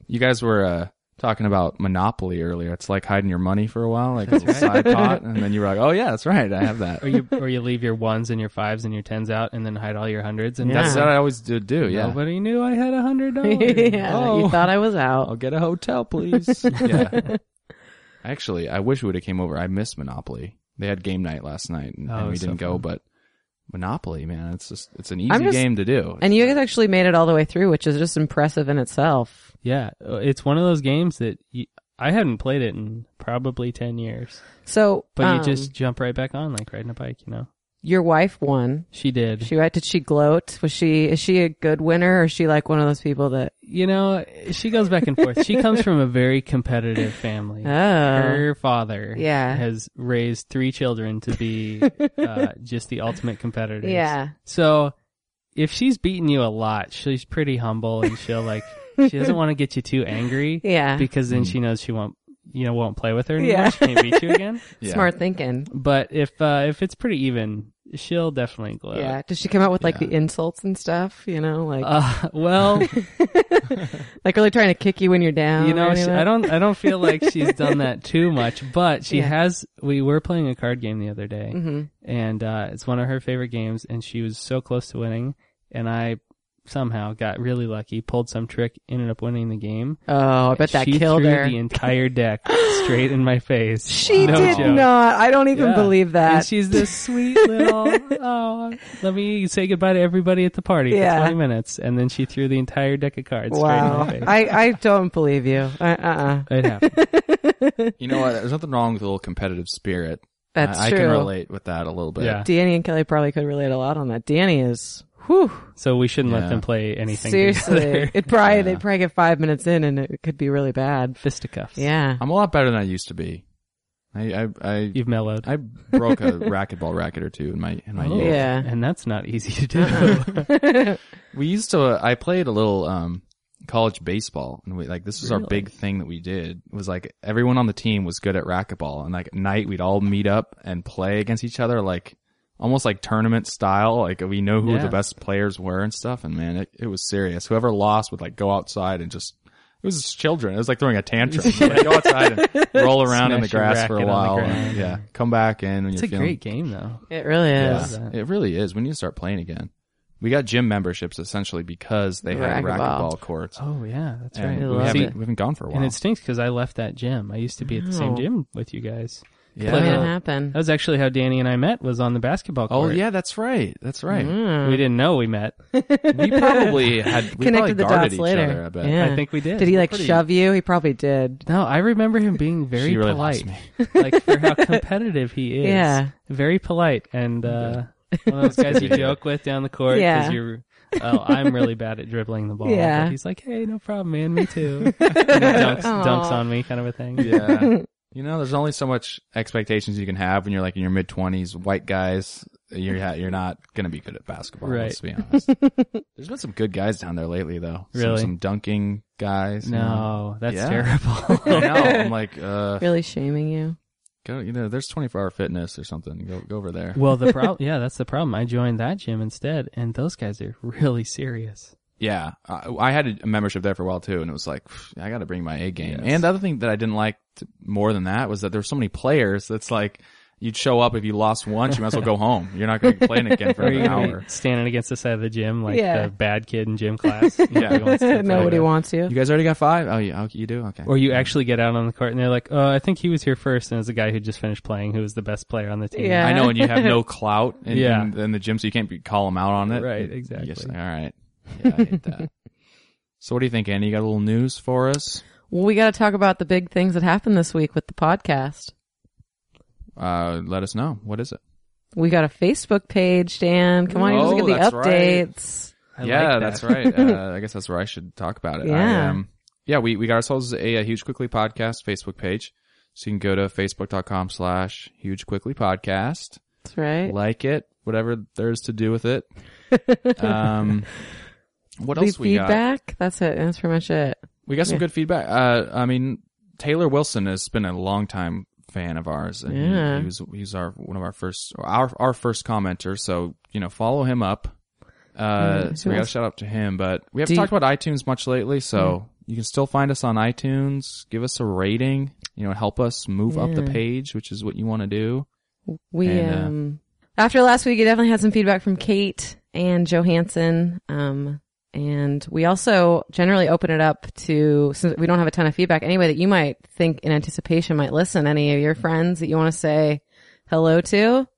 S1: you guys were uh, talking about Monopoly earlier. It's like hiding your money for a while, like a
S3: That's
S1: little side pot, and then you were like, "Oh yeah, that's right, I have that."
S3: Or you, or you leave your ones and your fives and your tens out, and then hide all your hundreds. And
S2: Yeah.
S1: That's what I always do. do yeah,
S3: Nobody knew I had a hundred dollars.
S2: yeah,
S1: Oh.
S2: you thought I was out.
S1: I'll get a hotel, please. yeah. Actually, I wish we would have came over. I missed Monopoly. They had game night last night, and,
S3: Oh,
S1: and we
S3: so
S1: didn't go.
S3: fun.
S1: But Monopoly, man, it's just it's an easy
S2: I'm just-
S1: game to do.
S2: And you guys actually made it all the way through, which is just impressive in itself.
S3: Yeah, uh, it's one of those games that you, I hadn't played it in probably ten years,
S2: So,
S3: but
S2: um,
S3: you just jump right back on like riding a bike. You know,
S2: your wife won.
S3: she did.
S2: She right? Did she gloat? Was she? Is she a good winner, or is she like one of those people that?
S3: you know, she goes back and forth. She comes from a very competitive family.
S2: Oh,
S3: Her father,
S2: Yeah.
S3: has raised three children to be uh, just the ultimate competitor.
S2: yeah.
S3: So if she's beaten you a lot, she's pretty humble and she'll like she doesn't want to get you too angry
S2: Yeah.
S3: because then she knows she won't you know won't play with her anymore.
S2: Yeah.
S3: She can't beat you again.
S1: Yeah.
S2: Smart thinking.
S3: But if uh, if it's pretty even, she'll definitely glow.
S2: yeah. Does she come out with like
S1: yeah.
S2: the insults and stuff? You know, like
S3: Uh, well,
S2: like really trying to kick you when you're down.
S3: you know,
S2: or
S3: she,
S2: anything?
S3: I don't, I don't feel like she's done that too much, but she
S2: Yeah.
S3: has. We were playing a card game the other day,
S2: Mhm.
S3: and uh, it's one of her favorite games, and she was so close to winning, and I somehow got really lucky, pulled some trick, ended up winning the game.
S2: Oh, I bet that
S3: she
S2: killed
S3: threw
S2: her.
S3: the entire deck straight in my face.
S2: she
S3: No
S2: did
S3: joke.
S2: not. I don't even
S3: Yeah.
S2: believe
S3: And
S2: that.
S3: she's this sweet little, oh, let me say goodbye to everybody at the party
S2: Yeah.
S3: for 20 minutes. And then she threw the entire deck of cards
S2: wow.
S3: straight in my face.
S2: I I don't believe you. Uh uh.
S3: it happened.
S1: You know what? There's nothing wrong with a little competitive spirit.
S2: That's
S1: I, I
S2: true.
S1: can relate with that a little bit.
S3: Yeah.
S2: Danny and Kelly probably could relate a lot on that. Danny is whew.
S3: So we shouldn't
S1: Yeah.
S3: let them play anything
S2: Seriously,
S3: together.
S2: it probably
S1: Yeah.
S2: they'd probably get five minutes in, and it could be really bad.
S3: Fisticuffs.
S2: Yeah.
S1: I'm a lot better than I used to be. I I I,
S3: You've mellowed.
S1: I broke a racquetball racket or two in my in my
S3: Oh.
S1: youth.
S2: Yeah.
S3: And that's not easy to do.
S1: We used to. Uh, I played a little um college baseball, and we like this was our
S3: Really?
S1: big thing that we did. Was like everyone on the team was good at racquetball, and like at night we'd all meet up and play against each other, like almost like tournament style. Like we know who
S3: Yeah.
S1: the best players were and stuff. And man, it, it was serious. Whoever lost would like go outside and just. It was just children. It was like throwing a tantrum. Like, go outside and roll around in the
S3: Smash your
S1: grass for a
S3: racket on the
S1: while.
S3: ground.
S1: and, yeah, come back in when
S3: it's
S1: you're
S3: a
S1: feeling
S3: great game though.
S2: It really
S1: yeah,
S2: is.
S3: that.
S1: it really is. We need to start playing again. We got gym memberships essentially because they had
S2: Racquetball.
S1: racquetball courts.
S3: Oh yeah, that's
S1: and
S3: right.
S1: we,
S2: love
S1: haven't,
S2: it.
S1: we haven't gone for a while.
S3: And it stinks because I left that gym. I used to be at the same
S2: No.
S3: gym with you guys.
S1: yeah.
S2: What can
S3: Yeah.
S2: happen?
S3: That was actually how Danny and I met. Was on the basketball
S1: Oh
S3: court.
S1: yeah, that's right. That's right.
S3: we didn't know we met.
S1: We probably had we probably
S2: Connected the
S1: guarded
S2: dots
S1: each
S2: later.
S1: other. I bet.
S2: Yeah.
S3: I think we did.
S2: Did he like
S1: pretty-
S2: shove you? He probably did.
S3: No, I remember him being very
S1: She really
S3: polite,
S1: lost me.
S3: like for how competitive he is.
S2: Yeah.
S3: very polite, and uh, one of those guys you joke with down the court because
S2: Yeah.
S3: you're. Oh, I'm really bad at dribbling the ball.
S2: Yeah.
S3: but he's like, hey, no problem, man. Me too. And he dunks,
S2: Aw.
S3: dunks on me, kind of a thing.
S1: Yeah. you know, there's only so much expectations you can have when you're like in your mid twenties, white guys. You're ha- you're not gonna be good at basketball.
S3: Right.
S1: Let's be honest. there's been some good guys down there lately, though. Some-
S3: Really?
S1: Some, dunking guys. you know.
S3: No, that's
S1: Yeah.
S3: terrible.
S1: I know. I'm like, uh,
S2: Really shaming you.
S1: Go, you know, there's 24 hour fitness or something. Go, go over there.
S3: well, the problem, yeah, that's the problem. I joined that gym instead, and those guys are really serious.
S1: Yeah. I, I had a membership there for a while too. And it was like, pff, I got to bring my A game.
S3: Yes.
S1: And the other thing that I didn't like t more than that was that there were so many players that's like, you'd show up if you lost once. You might as well go home. You're not going to play it again for
S3: Or
S1: an
S3: you're gonna be
S1: hour.
S3: standing against the side of the gym like
S2: Yeah.
S3: the bad kid in gym class.
S1: Yeah.
S3: wants to
S2: Nobody
S3: play.
S2: wants you.
S1: You guys already got five? Oh, yeah. Okay, you do? Okay.
S3: Or you actually get out on the court and they're like, "Oh, I think he was here first, and it's a guy who just finished playing, who was the best player on the team.
S2: Yeah.
S1: I know, and you have no clout in,
S3: Yeah.
S1: in, in the gym, so you can't be, call them out on it.
S3: Right,
S1: You- you
S3: exactly.
S1: just say, all right. Yeah, I hate that. so what do you think, Andy? You got a little news for us?
S2: Well, we got to talk about the big things that happened this week with the podcast.
S1: Uh, let us know. What is it?
S2: We got a Facebook page, Dan. Come on, you just
S1: Oh,
S2: get the
S1: that's right.
S2: updates.
S3: I like
S1: yeah,
S3: that.
S1: that's right. Uh, I guess that's where I should talk about it. I,
S2: Yeah.
S1: um, yeah, we, we got ourselves a, a Huge Quickly Podcast Facebook page. So you can go to facebook.com slash Huge Quickly Podcast.
S2: That's right.
S1: like it, whatever there is to do with it. Um, what
S2: Leave
S1: else we got?
S2: feedback. That's it. That's pretty much it.
S1: We got some
S2: Yeah.
S1: good feedback. Uh, I mean, Taylor Wilson has been a longtime fan of ours, and he-
S2: Yeah.
S1: he, was he's our one of our first our our first commenter. So you know, follow him up. Uh,
S2: Yeah,
S1: so
S2: who
S1: we got to
S2: else?
S1: shout out to him, but we
S2: Do
S1: haven't
S2: you-
S1: talked about iTunes much lately. So you can still find us on iTunes. Give us a rating. You know, help us move up the
S2: Yeah.
S1: page, which is what you want to do.
S2: We
S1: And, uh,
S2: um after last week, you definitely had some feedback from Kate and Johansson. Um, and we also generally open it up to since we don't have a ton of feedback anyway that you might think in anticipation might listen. Any of your friends that you want to say hello to?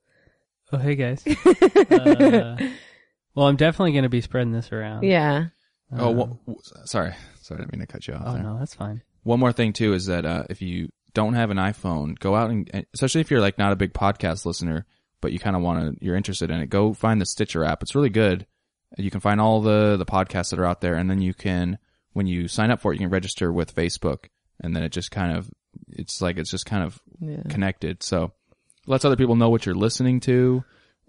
S3: Oh, hey guys. Uh, well, I'm definitely going to be spreading this around.
S2: Yeah.
S1: oh,
S2: Uh,
S1: wha- w- sorry, sorry, I didn't mean to cut you off.
S3: Oh
S1: there.
S3: no, that's fine.
S1: One more thing too is that uh, if you don't have an iPhone, go out and especially if you're like not a big podcast listener, but you kind of want to, you're interested in it, go find the Stitcher app. It's really good. You can find all the the podcasts that are out there, and then you can when you sign up for it, you can register with Facebook, and then it just kind of it's like it's just kind of
S2: Yeah.
S1: connected. So it lets other people know what you're listening to,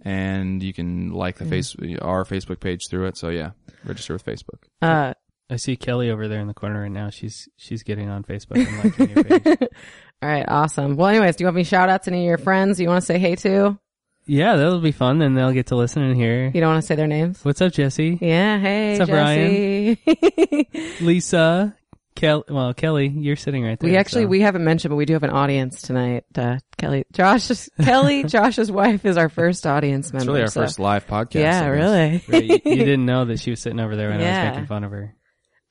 S1: and you can like
S2: Mm-hmm.
S1: the face our Facebook page through it. So yeah, register with Facebook.
S2: Uh,
S3: I see Kelly over there in the corner right now. She's she's getting on Facebook and liking your page.
S2: all right. Awesome. Well, anyways, do you want me shout outs to any of your friends you want to say hey to?
S3: Yeah, that'll be fun. Then they'll get to listen and hear.
S2: You don't want to say their names?
S3: What's up, Jesse?
S2: Yeah. Hey,
S3: What's up,
S2: Jesse.
S3: Lisa, Kelly. Well, Kelly, you're sitting right there.
S2: We actually
S3: so-
S2: we haven't mentioned, but we do have an audience tonight. Uh, Kelly, Josh, Kelly, Josh's wife is our first audience member.
S1: It's really our
S2: so-
S1: first live podcast.
S2: yeah,
S1: I guess.
S2: really.
S3: Right, you, you didn't know that she was sitting over there when I
S2: Yeah.
S3: was making fun of her.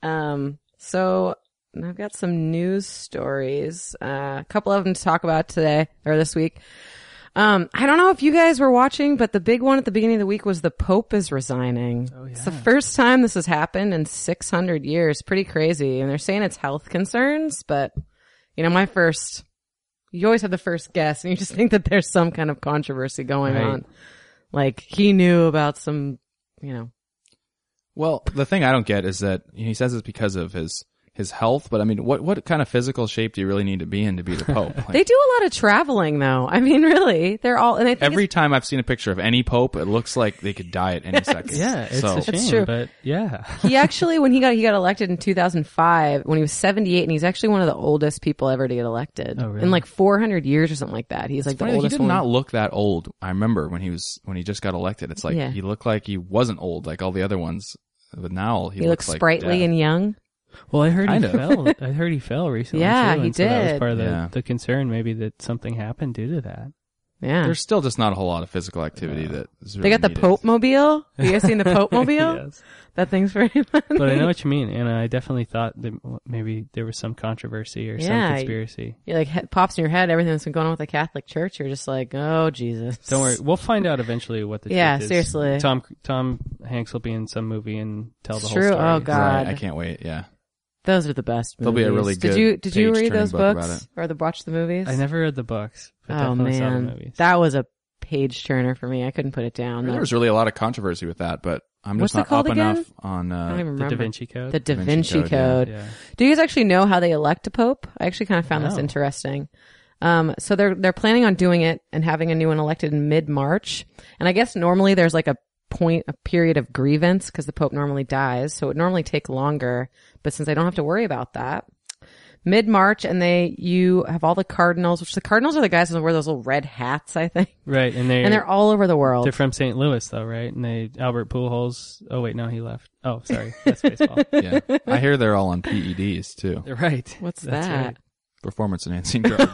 S2: Um, so and I've got some news stories, uh, a couple of them to talk about today or this week. Um, I don't know if you guys were watching, but the big one at the beginning of the week was the Pope is resigning.
S3: Oh,
S2: It's the first time this has happened in 600 years. Pretty crazy. And they're saying it's health concerns, but you know, my first, you always have the first guess and you just think that there's some kind of controversy going
S3: Right.
S2: on. Like he knew about some, you know,
S1: Well, the thing I don't get is that he says it's because of his his health, but I mean, what what kind of physical shape do you really need to be in to be the pope? Like,
S2: They do a lot of traveling though. I mean, really, they're all, and I think
S1: every time I've seen a picture of any pope, it looks like they could die at any second.
S3: Yeah, it's
S1: so
S3: a shame,
S2: true.
S3: but yeah,
S2: it's- he actually, when he got, he got elected in 2005 when he was 78 and he's actually one of the oldest people ever to get elected
S3: Oh, really?
S2: in like 400 years or something like that. He's like the
S1: funny, he
S2: oldest
S1: did
S2: one.
S1: not look that old. I remember when he was when he just got elected. It's like
S2: Yeah.
S1: he looked like he wasn't old like all the other ones, but now he,
S2: he looks
S1: like
S2: sprightly
S1: death.
S2: and young.
S3: Well, I heard
S1: Kind
S3: he
S1: of.
S3: fell. I heard he fell recently.
S2: Yeah,
S3: too,
S2: he
S3: and so that was
S2: did.
S3: part of the,
S1: Yeah.
S3: the concern, maybe that something happened due to that.
S2: Yeah.
S1: There's still just not a whole lot of physical activity that is
S2: they
S1: really
S2: got the
S1: needed.
S2: Pope Mobile. Have you guys seen the Pope Mobile?
S3: yes,
S2: That thing's pretty funny.
S3: but I know what you mean, and I definitely thought that m- maybe there was some controversy or
S2: Yeah.
S3: some conspiracy.
S2: You're like, it pops in your head everything that's been going on with the Catholic Church. You're just like, oh, Jesus.
S3: Don't worry, we'll find out eventually what the
S2: Yeah,
S3: truth is.
S2: seriously.
S3: Tom Tom Hanks will be in some movie and tell
S2: It's
S3: the
S2: true.
S3: whole story.
S2: Oh, God.
S1: Right, I can't wait. Yeah.
S2: Those are the best movies.
S1: There'll be a really
S2: Did
S1: good
S2: you, did you
S1: page-turning
S2: read those
S1: book about
S2: books or the watch the movies?
S3: I never read the books, but
S2: oh
S3: definitely saw the
S2: man,
S3: movies.
S2: that was a page turner for me. I couldn't put it down.
S1: I mean,
S2: That-
S1: there was really a lot of controversy with that, but I'm
S2: What's
S1: just
S2: it
S1: not
S2: called
S1: up
S2: again?
S1: enough on
S2: I don't
S1: uh,
S2: even
S3: the Da
S2: remember.
S3: Vinci Code.
S2: the Da
S1: Da
S2: Vinci,
S1: Vinci
S2: Code.
S1: Code, yeah.
S3: yeah.
S2: Do you guys actually know how they elect a pope? I actually kind of found this
S3: No.
S2: interesting. Um, so they're they're planning on doing it and having a new one elected in mid March. And I guess normally there's like a point, a period of grievance because the pope normally dies, so it would normally take longer. But since they don't have to worry about that, mid March, and they you have all the cardinals, which the cardinals are the guys that wear those little red hats, I think,
S3: Right, and they're
S2: and they're all over the world.
S3: They're from St. Louis, though, right? And they Albert Pujols. Oh wait, no, he left. Oh, sorry, that's baseball.
S1: yeah. I hear they're all on PEDs too,
S3: They're right.
S2: What's
S3: That's
S2: that?
S3: right.
S1: performance enhancing drugs.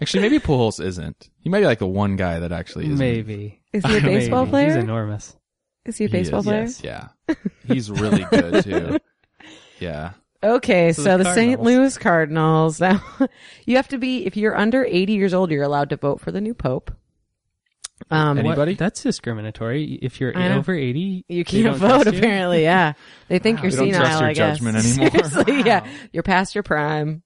S1: Actually, maybe Pujols isn't. He might be like the one guy that actually is.
S3: Maybe.
S2: Is he a
S3: Maybe.
S2: baseball
S3: He's
S2: player?
S3: enormous.
S2: Is he a baseball
S1: is,
S2: player?
S3: yes.
S1: Yeah. He's really good too. Yeah.
S2: Okay,
S3: So
S2: so,
S3: the
S2: the, St.
S3: Cardinals.
S2: Louis Cardinals. Now, you have to be if you're under 80 years old, you're allowed to vote for the new pope. Um,
S1: Any- Anybody?
S3: What? That's discriminatory. If you're
S2: I know.
S3: over 80,
S2: you
S3: they
S2: can't
S3: don't trust
S2: vote
S3: you?
S2: apparently. Yeah, they think you're
S1: They don't
S2: senile.
S1: trust your
S2: I guess.
S1: judgment anymore.
S2: Seriously, yeah, you're past your prime.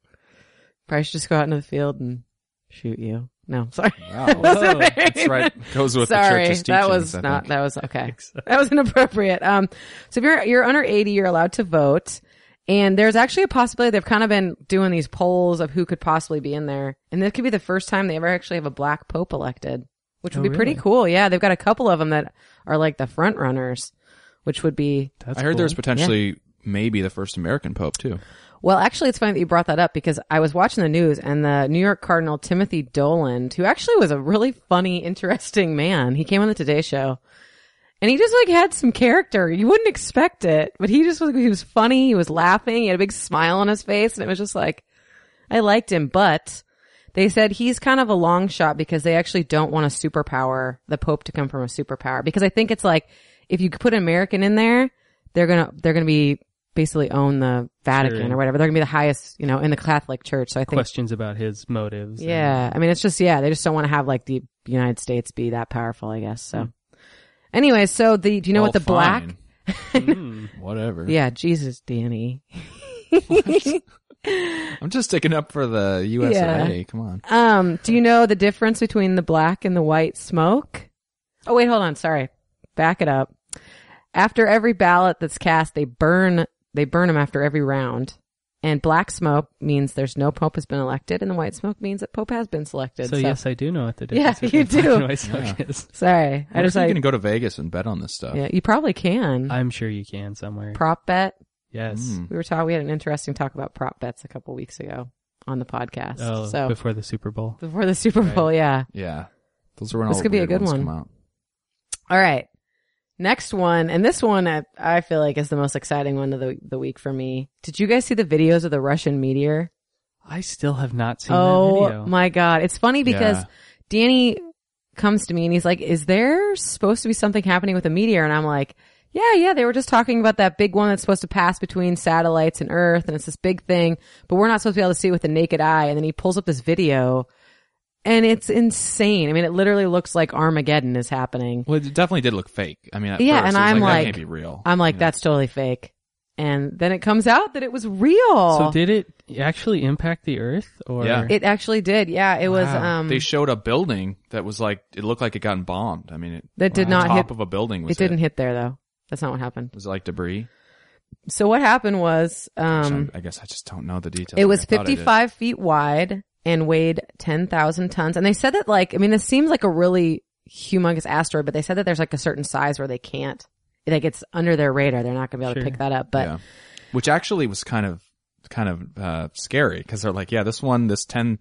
S2: Probably should just go out into the field and shoot you. No, sorry.
S1: Wow.
S3: Oh,
S1: That's right. Goes with
S2: Sorry,
S1: the church's teachings.
S2: that was
S1: I
S2: not.
S1: think.
S2: That was okay. That was inappropriate. Um, so if you're you're under eighty, you're allowed to vote, and there's actually a possibility they've kind of been doing these polls of who could possibly be in there, and this could be the first time they ever actually have a black pope elected, which would
S3: Oh,
S2: be pretty
S3: really?
S2: cool. Yeah, they've got a couple of them that are like the front runners, which would be
S3: That's
S1: I heard there's
S3: cool.
S1: potentially maybe the first American Pope too.
S2: Well, actually, it's funny that you brought that up because I was watching the news and the New York Cardinal Timothy Dolan, who actually was a really funny, interesting man, he came on the Today Show and he just like had some character. You wouldn't expect it, but he just was, he was funny. He was laughing. He had a big smile on his face and it was just like, I liked him, but they said he's kind of a long shot because they actually don't want a superpower, the Pope to come from a superpower. Because I think it's like if you put an American in there, they're gonna they're gonna be basically own the Vatican
S3: Sure.
S2: or whatever. They're gonna be the highest, you know, in the Catholic Church. So I think
S3: questions about his motives. and-
S2: yeah, I mean, it's just yeah, they just don't want to have like the United States be that powerful, I guess. So, anyway, so the do you know what the black?
S3: Mm.
S1: Whatever.
S2: Yeah, Jesus, Danny.
S1: I'm just sticking up for the US of A. Come on.
S2: Um, do you know the difference between the black and the white smoke? Oh, wait, hold on. Sorry. Back it up. After every ballot that's cast, they burn, they burn them after every round. And black smoke means there's no pope has been elected and the white smoke means that pope has been selected.
S3: So, yes, I do know what the
S2: Yeah,
S3: difference
S2: you
S3: between
S2: do.
S3: black and white smoke is.
S2: Sorry.
S1: I
S2: I just
S1: you
S2: like,
S1: can go to Vegas and bet on this stuff.
S2: yeah, you probably can.
S3: I'm sure you can somewhere.
S2: prop bet.
S3: yes.
S1: Mm.
S2: We were talking, we had an interesting talk about prop bets a couple weeks ago on the podcast.
S3: Oh,
S2: so
S3: before the Super Bowl.
S2: before the Super Bowl, yeah.
S1: Yeah. Those are when
S2: This
S1: all the
S2: could be a
S1: weird
S2: good
S1: ones
S2: one.
S1: come out.
S2: All right. Next one, and this one I, I feel like is the most exciting one of the, the week for me. Did you guys see the videos of the Russian meteor?
S3: I still have not seen that video.
S2: Oh my God. It's funny because
S1: Yeah.
S2: Danny comes to me and he's like, Is there supposed to be something happening with a meteor? And I'm like, Yeah, yeah. They were just talking about that big one that's supposed to pass between satellites and Earth, and it's this big thing, but we're not supposed to be able to see it with the naked eye. And then he pulls up this video. And it's insane. I mean, it literally looks like Armageddon is happening.
S1: Well, it definitely did look fake. I mean, at
S2: Yeah,
S1: first,
S2: and
S1: it was
S2: I'm
S1: like, that
S2: like-
S1: can't be real.
S2: I'm like, that's totally fake. And then it comes out that it was real.
S3: So did it actually impact the Earth? Or
S1: Yeah.
S2: it actually did. Yeah, it was,
S3: Wow.
S2: um,
S1: they showed a building that was like it looked like it gotten bombed. I mean, it,
S2: that did
S1: the
S2: not
S1: top
S2: hit.
S1: of a building was
S2: Uh, It didn't hit there though. That's not what happened.
S1: It was like debris.
S2: So what happened was,
S1: Which
S2: um,
S1: I'm- I guess I just don't know the details.
S2: it
S1: like
S2: was
S1: I thought I did.
S2: 55 feet wide and weighed 10,000 tons. And they said that like, I mean, this seems like a really humongous asteroid, but they said that there's like a certain size where they can't, like it's under their radar. They're not going to be able
S3: Sure.
S2: to pick that up, but
S1: Yeah. which actually was kind of kind of uh, scary because they're like, yeah, this one, this ten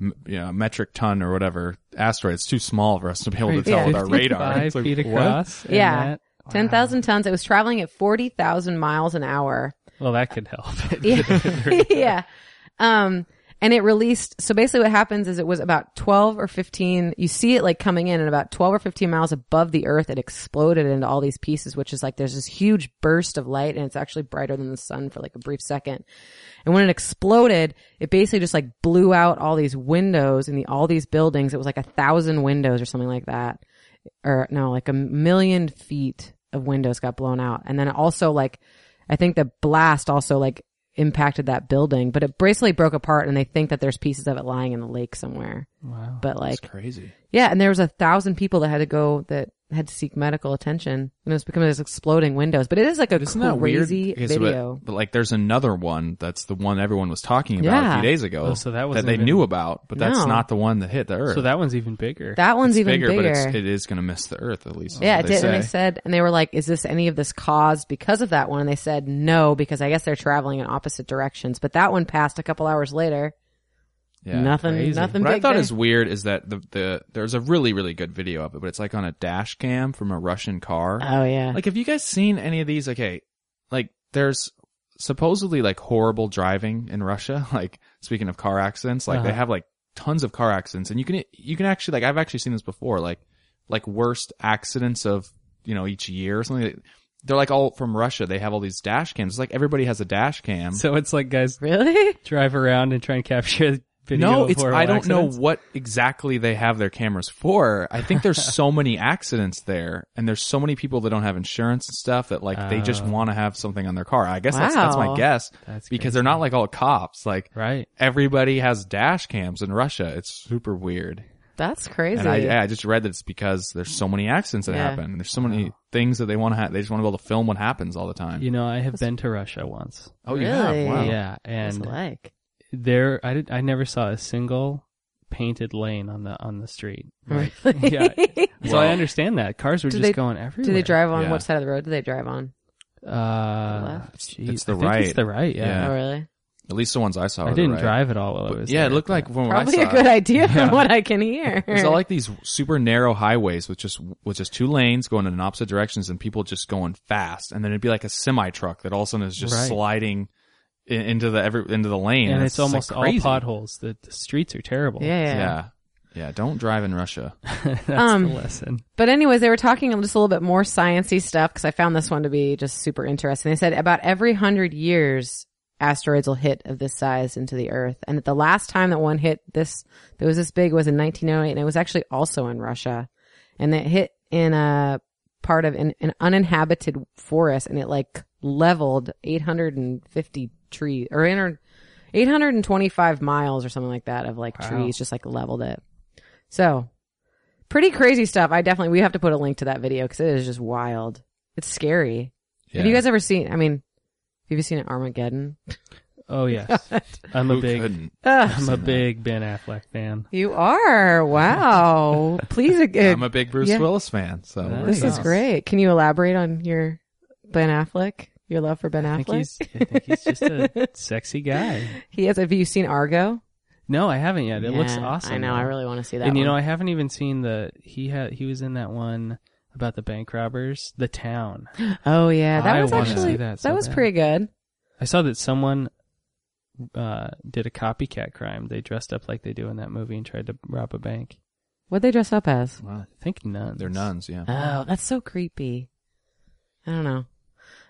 S1: m- you know, metric ton or whatever asteroid, it's too small for us to be able to tell with our radar.
S3: Five
S1: It's like, what?
S3: feet across. and
S2: Yeah.
S3: that-
S2: 10,000 tons. It was traveling at 40,000 miles an hour.
S3: Well, that could help.
S2: yeah. yeah. Um, and it released, so basically what happens is it was about 12 or 15, you see it like coming in and about 12 or 15 miles above the earth, it exploded into all these pieces, which is like there's this huge burst of light and it's actually brighter than the sun for like a brief second. And when it exploded, it basically just like blew out all these windows and the, all these buildings. It was like a thousand windows or something like that. Or no, like a million feet of windows got blown out. And then also like, I think the blast also like impacted that building, but it basically broke apart and they think that there's pieces of it lying in the lake somewhere.
S3: wow.
S2: But like,
S1: It's crazy.
S2: yeah, and there was a thousand people that had to go that had to seek medical attention and it was becoming this exploding windows, but it is like a
S1: Isn't that
S2: crazy
S1: weird? Okay, so, but-
S2: video.
S1: But, like, there's another one that's the one everyone was talking about a
S2: Yeah.
S1: few days ago.
S3: Oh, so that
S1: that
S3: wasn't
S1: they
S3: even-
S1: knew about, but that's
S2: No.
S1: not the one that hit the Earth.
S3: So that one's even bigger.
S2: that one's
S1: it's
S2: even
S1: bigger, but it's, it is going to miss the Earth at least. is
S2: Yeah,
S1: what
S2: it
S1: they
S2: did. And they
S1: say.
S2: said, and they were like, is this any of this caused because of that one? And they said no, because I guess they're traveling in opposite directions. But that one passed a couple hours later.
S1: Yeah.
S2: nothing,
S3: crazy.
S2: nothing
S1: What
S2: big.
S1: I thought
S2: there.
S1: is weird is that the, the there's a really really good video of it, but it's like on a dash cam from a Russian car.
S2: oh yeah.
S1: Like, have you guys seen any of these? Okay, like there's supposedly like horrible driving in Russia. Like speaking of car accidents, like
S3: Uh-huh.
S1: they have like tons of car accidents, and you can you can actually like I've actually seen this before, like like worst accidents of you know each year or something. Like, they're like all from Russia. They have all these dash cams. It's like everybody has a dash cam.
S3: So it's like guys
S2: Really?
S3: drive around and try and capture video.
S1: no,
S3: of
S1: it's
S3: horrible
S1: I don't
S3: accidents.
S1: know what exactly they have their cameras for. I think there's so many accidents there, and there's so many people that don't have insurance and stuff that like they just
S3: Oh.
S1: want to have something on their car. I guess that's, that's my
S2: Wow.
S1: guess
S3: That's
S1: because they're not like all cops. Like
S3: right.
S1: everybody has dash cams in Russia. It's super weird.
S2: That's crazy.
S1: And I, yeah, I just read that it's because there's so many accidents that
S2: Yeah.
S1: happen. And there's so many things that they want to have. They just want to be able to film what happens all the time.
S3: You know, I have been to Russia once.
S1: oh, you have?
S2: Really?
S1: Wow.
S3: Yeah,
S2: What's it
S3: and
S2: like?
S3: there I did I never saw a single painted lane on the on the street. Right.
S2: Really?
S3: yeah. So I
S1: Wow.
S3: understand that cars were
S2: Do
S3: just
S2: they-
S3: going everywhere.
S2: Do they drive on
S1: Hmm. Yeah.
S2: what side of the road do they drive on?
S3: Uh,
S2: Left?
S3: geez,
S1: It's the
S3: I think
S1: right.
S3: It's the right. Yeah.
S1: Yeah.
S2: Oh, really?
S1: At least the ones I saw.
S3: I
S1: were the
S3: didn't
S1: right.
S3: drive at all while I was.
S1: Yeah, it
S3: there,
S1: looked
S3: but-
S1: like when I
S2: Probably
S1: saw
S2: a good
S1: it.
S2: idea
S3: Yeah.
S2: from what I can hear.
S1: There's all like these super narrow highways with just with just two lanes going in opposite directions and people just going fast, and then it'd be like a semi truck that all of a sudden is just
S3: Right.
S1: sliding i- into the every into the lane,
S3: and, it's,
S1: just, like,
S3: almost all
S1: crazy.
S3: potholes. The, the streets are terrible.
S2: yeah,
S1: Yeah.
S2: yeah.
S1: yeah, Don't drive in Russia.
S3: That's
S2: Um,
S3: the lesson.
S2: But anyways, they were talking just a little bit more sciency stuff because I found this one to be just super interesting. They said about every hundred years, asteroids will hit of this size into the Earth, and that the last time that one hit this that was this big was in 1908, and it was actually also in Russia, and it hit in a part of an, an uninhabited forest, and it like leveled 850 trees or 800 825 miles or something like that of like
S3: Wow.
S2: trees, just like leveled it. So pretty crazy stuff. I definitely we have to put a link to that video because it is just wild. It's scary.
S1: Yeah.
S2: Have you guys ever seen? I mean, have you seen Armageddon?
S3: Oh yes, I'm a
S1: Who
S3: big
S1: couldn't?
S2: Ugh,
S3: I'm a big Ben Affleck fan.
S2: you are wow. Please, uh,
S1: I'm a big Bruce
S2: yeah.
S1: Willis fan, so
S3: Nice.
S1: we're
S2: this is
S1: good.
S2: great. Can you elaborate on your Ben Affleck? Your love for Ben
S3: I think
S2: Affleck?
S3: he's I think he's just a sexy guy.
S2: He has. Have you seen Argo?
S3: No, I haven't yet. It looks
S2: Yeah,
S3: awesome.
S2: I know. I
S3: though.
S2: really want to see that.
S3: And you
S2: one.
S3: know, I haven't even seen the he had he was in that one about the bank robbers, The Town.
S2: oh yeah, that
S3: I
S2: was
S1: wanna see
S2: actually that,
S3: that so
S2: was
S3: bad.
S2: pretty good.
S3: I saw that someone uh, did a copycat crime. They dressed up like they do in that movie and tried to rob a bank.
S2: What they dress up as?
S1: Wow.
S3: I think none.
S1: They're nuns, yeah.
S2: Oh, that's so creepy. I don't know.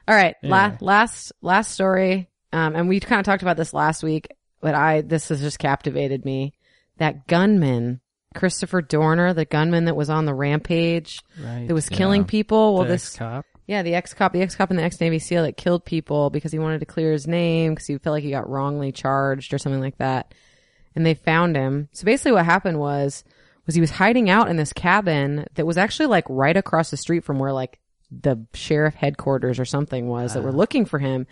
S2: All right, la-
S3: Anyway.
S2: last last story, um, and we kind of talked about this last week, but I this has just captivated me. That gunman, Christopher Dorner, the gunman that was on the rampage,
S3: Right.
S2: that was
S1: Yeah.
S2: killing people. Well,
S3: The
S2: this
S3: cop.
S2: yeah, the ex cop, the ex cop, and the ex Navy SEAL that killed people because he wanted to clear his name because he felt like he got wrongly charged or something like that. And they found him. So basically, what happened was was he was hiding out in this cabin that was actually like right across the street from where like the sheriff headquarters or something was that were looking for him.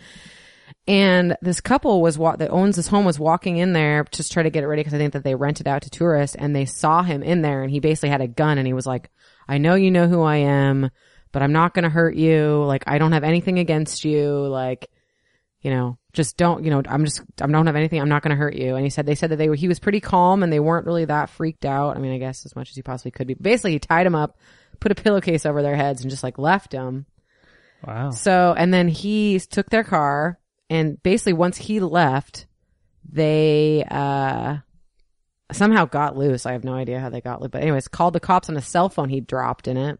S2: And this couple was wa- that owns this home was walking in there just try to get it ready because I think that they rented out to tourists and they saw him in there and he basically had a gun and he was like, "I know you know who I am, but I'm not going to hurt you. Like I don't have anything against you. Like you know, just don't, you know, I'm just, I don't have anything. I'm not going to hurt you. And he said, they said that they were, he was pretty calm and they weren't really that freaked out. I mean, I guess as much as he possibly could be. Basically, he tied him up, put a pillowcase over their heads and just like left them.
S3: Wow.
S2: So, and then he took their car and basically once he left, they, uh, somehow got loose. I have no idea how they got loose, but anyways, called the cops on a cell phone he dropped in it.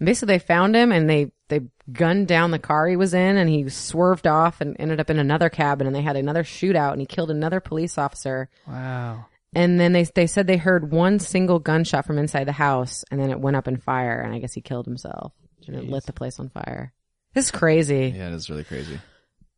S2: And basically they found him and they, they gunned down the car he was in and he swerved off and ended up in another cabin and they had another shootout and he killed another police officer.
S3: Wow.
S2: And then they, they said they heard one single gunshot from inside the house and then it went up in fire and I guess he killed himself and it
S3: Jeez.
S2: lit the place on fire. This is crazy.
S1: Yeah, it is really crazy.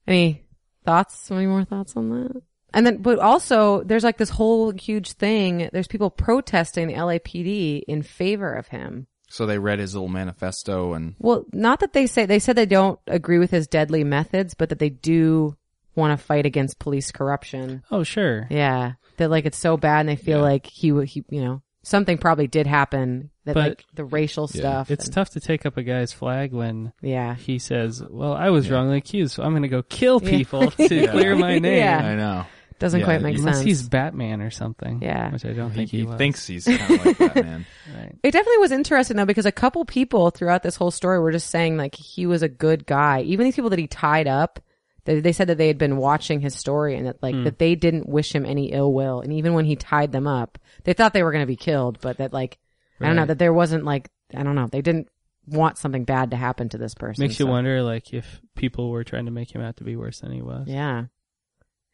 S2: Any thoughts? Any more thoughts on that? And then, but also there's like this whole huge thing. There's people protesting the LAPD in favor of him.
S1: So they read his little manifesto and
S2: Well, not that they say, they said they don't agree with his deadly methods, but that they do want to fight against police corruption.
S3: Oh sure.
S2: Yeah. That like it's so bad and they feel
S1: Yeah.
S2: like he, w- he, you know, something probably did happen that
S3: But-
S2: like the racial
S1: Yeah.
S2: stuff.
S3: It's
S2: and-
S3: tough to take up a guy's flag when
S2: yeah.
S3: he says, "Well, I was
S1: Yeah.
S3: wrongly accused, so I'm going to go kill
S2: Yeah.
S3: people to
S1: Yeah.
S3: clear my name."
S2: Yeah.
S1: I know.
S2: Doesn't
S1: Yeah,
S2: quite make
S3: Unless
S2: sense.
S3: he's Batman or something.
S2: Yeah.
S3: Which I don't
S1: He,
S3: think he,
S1: he
S3: was.
S1: thinks he's kind of like that man.
S3: Right.
S2: It definitely was interesting though because a couple people throughout this whole story were just saying like he was a good guy. Even these people that he tied up They, they said that they had been watching his story and that
S3: Hmm.
S2: like that they didn't wish him any ill will. And even when he tied them up, they thought they were going to be killed, but that like I don't know
S3: Right.
S2: that there wasn't like I don't know they didn't want something bad to happen to this person.
S3: Makes you
S2: so-
S3: wonder, like, if people were trying to make him out to be worse than he was.
S2: Yeah,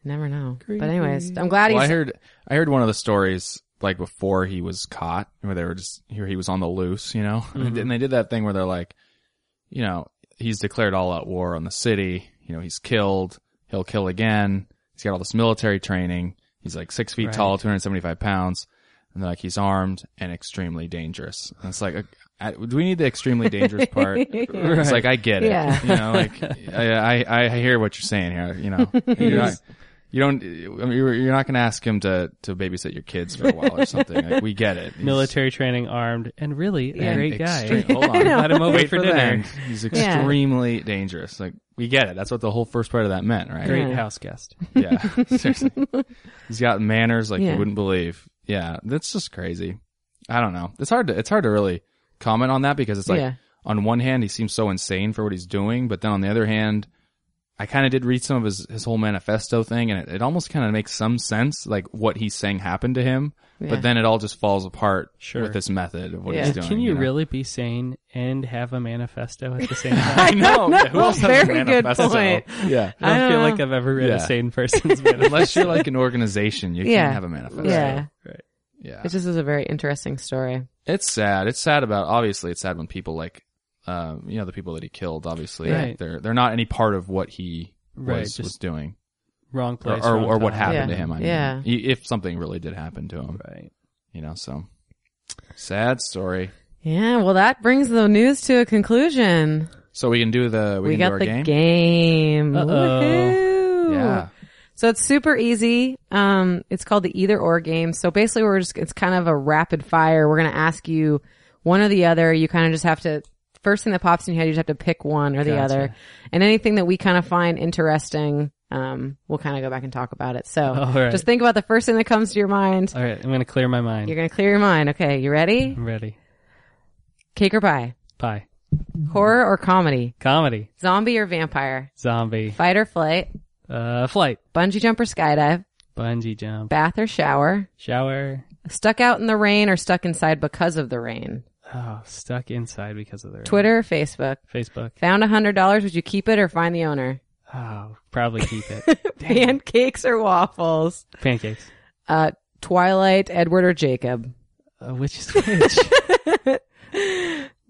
S2: You never know. But anyways, I'm glad
S1: Well, I
S2: he's
S1: heard I heard one of the stories like before he was caught, where they were just here he was on the loose, you know, and, they did that thing where they're like, you know, he's declared all out war on the city, you know, he's killed, he'll kill again, he's got all this military training, he's like six feet
S3: Right.
S1: tall, two hundred seventy five pounds, and they're like he's armed and extremely dangerous, and it's like. uh, uh, do we need the extremely dangerous part? It's like I get it.
S2: Yeah.
S1: You know, like I, I, I hear what you're saying here. You know, you're not, you don't. I mean, you're, you're not going to ask him to to babysit your kids for a while or something. Like, we get it. He's
S3: Military training, armed, and really a
S1: an
S3: great guy.
S1: extreme- Hold on,
S3: Let him over
S1: Wait
S3: Oh, for
S1: for the
S3: dinner.
S1: end. He's extremely dangerous. Like we get it. That's what the whole first part of that meant, right?
S3: Great
S2: Yeah.
S3: house guest.
S1: Yeah. Seriously. He's got manners like
S2: Yeah.
S1: you wouldn't believe. Yeah, that's just crazy. I don't know. It's hard to it's hard to really comment on that because it's like
S2: Yeah.
S1: on one hand he seems so insane for what he's doing, but then on the other hand, I kind of did read some of his his whole manifesto thing, and it, it almost kind of makes some sense, like what he's saying happened to him.
S2: Yeah.
S1: But then it all just falls apart
S3: Sure.
S1: with this method of what
S2: Yeah.
S1: he's
S2: And
S1: doing.
S3: Can you,
S1: know?
S3: really be sane and have a manifesto at the same time?
S1: I know.
S2: know.
S1: Who else has a
S2: Very good
S1: manifesto?
S2: point.
S1: Yeah.
S3: I don't
S2: I
S3: feel
S2: don't
S3: like I've ever read
S1: Yeah.
S3: a sane person's manifesto.
S1: Unless you're like an organization, you
S2: Yeah.
S1: can't have a manifesto.
S2: yeah.
S3: Right.
S1: Yeah.
S2: It just is a very interesting story.
S1: It's sad. It's sad about obviously it's sad when people like um you know the people that he killed obviously
S3: Right.
S1: they're they're not any part of what he
S3: Right,
S1: was,
S3: just
S1: was doing
S3: Wrong
S1: or
S3: place.
S1: or,
S3: wrong
S1: or what
S3: time.
S1: happened to
S2: Yeah.
S1: him I mean
S2: Yeah.
S1: I- if something really did happen to him
S3: Right.
S1: you know so sad story
S2: Yeah, well, that brings the news to a conclusion.
S1: so we can do the we,
S2: We,
S1: can do
S2: got
S1: our
S2: the
S1: game,
S2: game.
S3: Uh-oh.
S2: Woohoo.
S1: yeah
S2: So it's super easy. Um, it's called the either or game. So basically, we're just it's kind of a rapid fire. We're gonna ask you one or the other. You kind of just have to first thing that pops in your head. You just have to pick one or the
S3: Gotcha.
S2: other. And anything that we kind of find interesting, um, we'll kind of go back and talk about it. So
S3: All right.
S2: just think about the first thing that comes to your mind.
S3: All right. I'm going to clear my mind.
S2: You're gonna clear your mind. Okay, you ready?
S3: I'm ready.
S2: Cake or pie?
S3: Pie.
S2: Horror or comedy?
S3: Comedy.
S2: Zombie or vampire?
S3: Zombie.
S2: Fight or flight?
S3: Uh, flight.
S2: Bungee jump or skydive?
S3: Bungee jump.
S2: Bath or shower?
S3: Shower.
S2: Stuck out in the rain or stuck inside because of the rain?
S3: Oh, stuck inside because of the rain.
S2: Twitter or Facebook?
S3: Facebook.
S2: Found a hundred dollars, would you keep it or find the owner?
S3: Oh, probably keep it.
S2: Pancakes or waffles?
S3: Pancakes.
S2: Uh, Twilight, Edward or Jacob?
S3: Uh, which is which?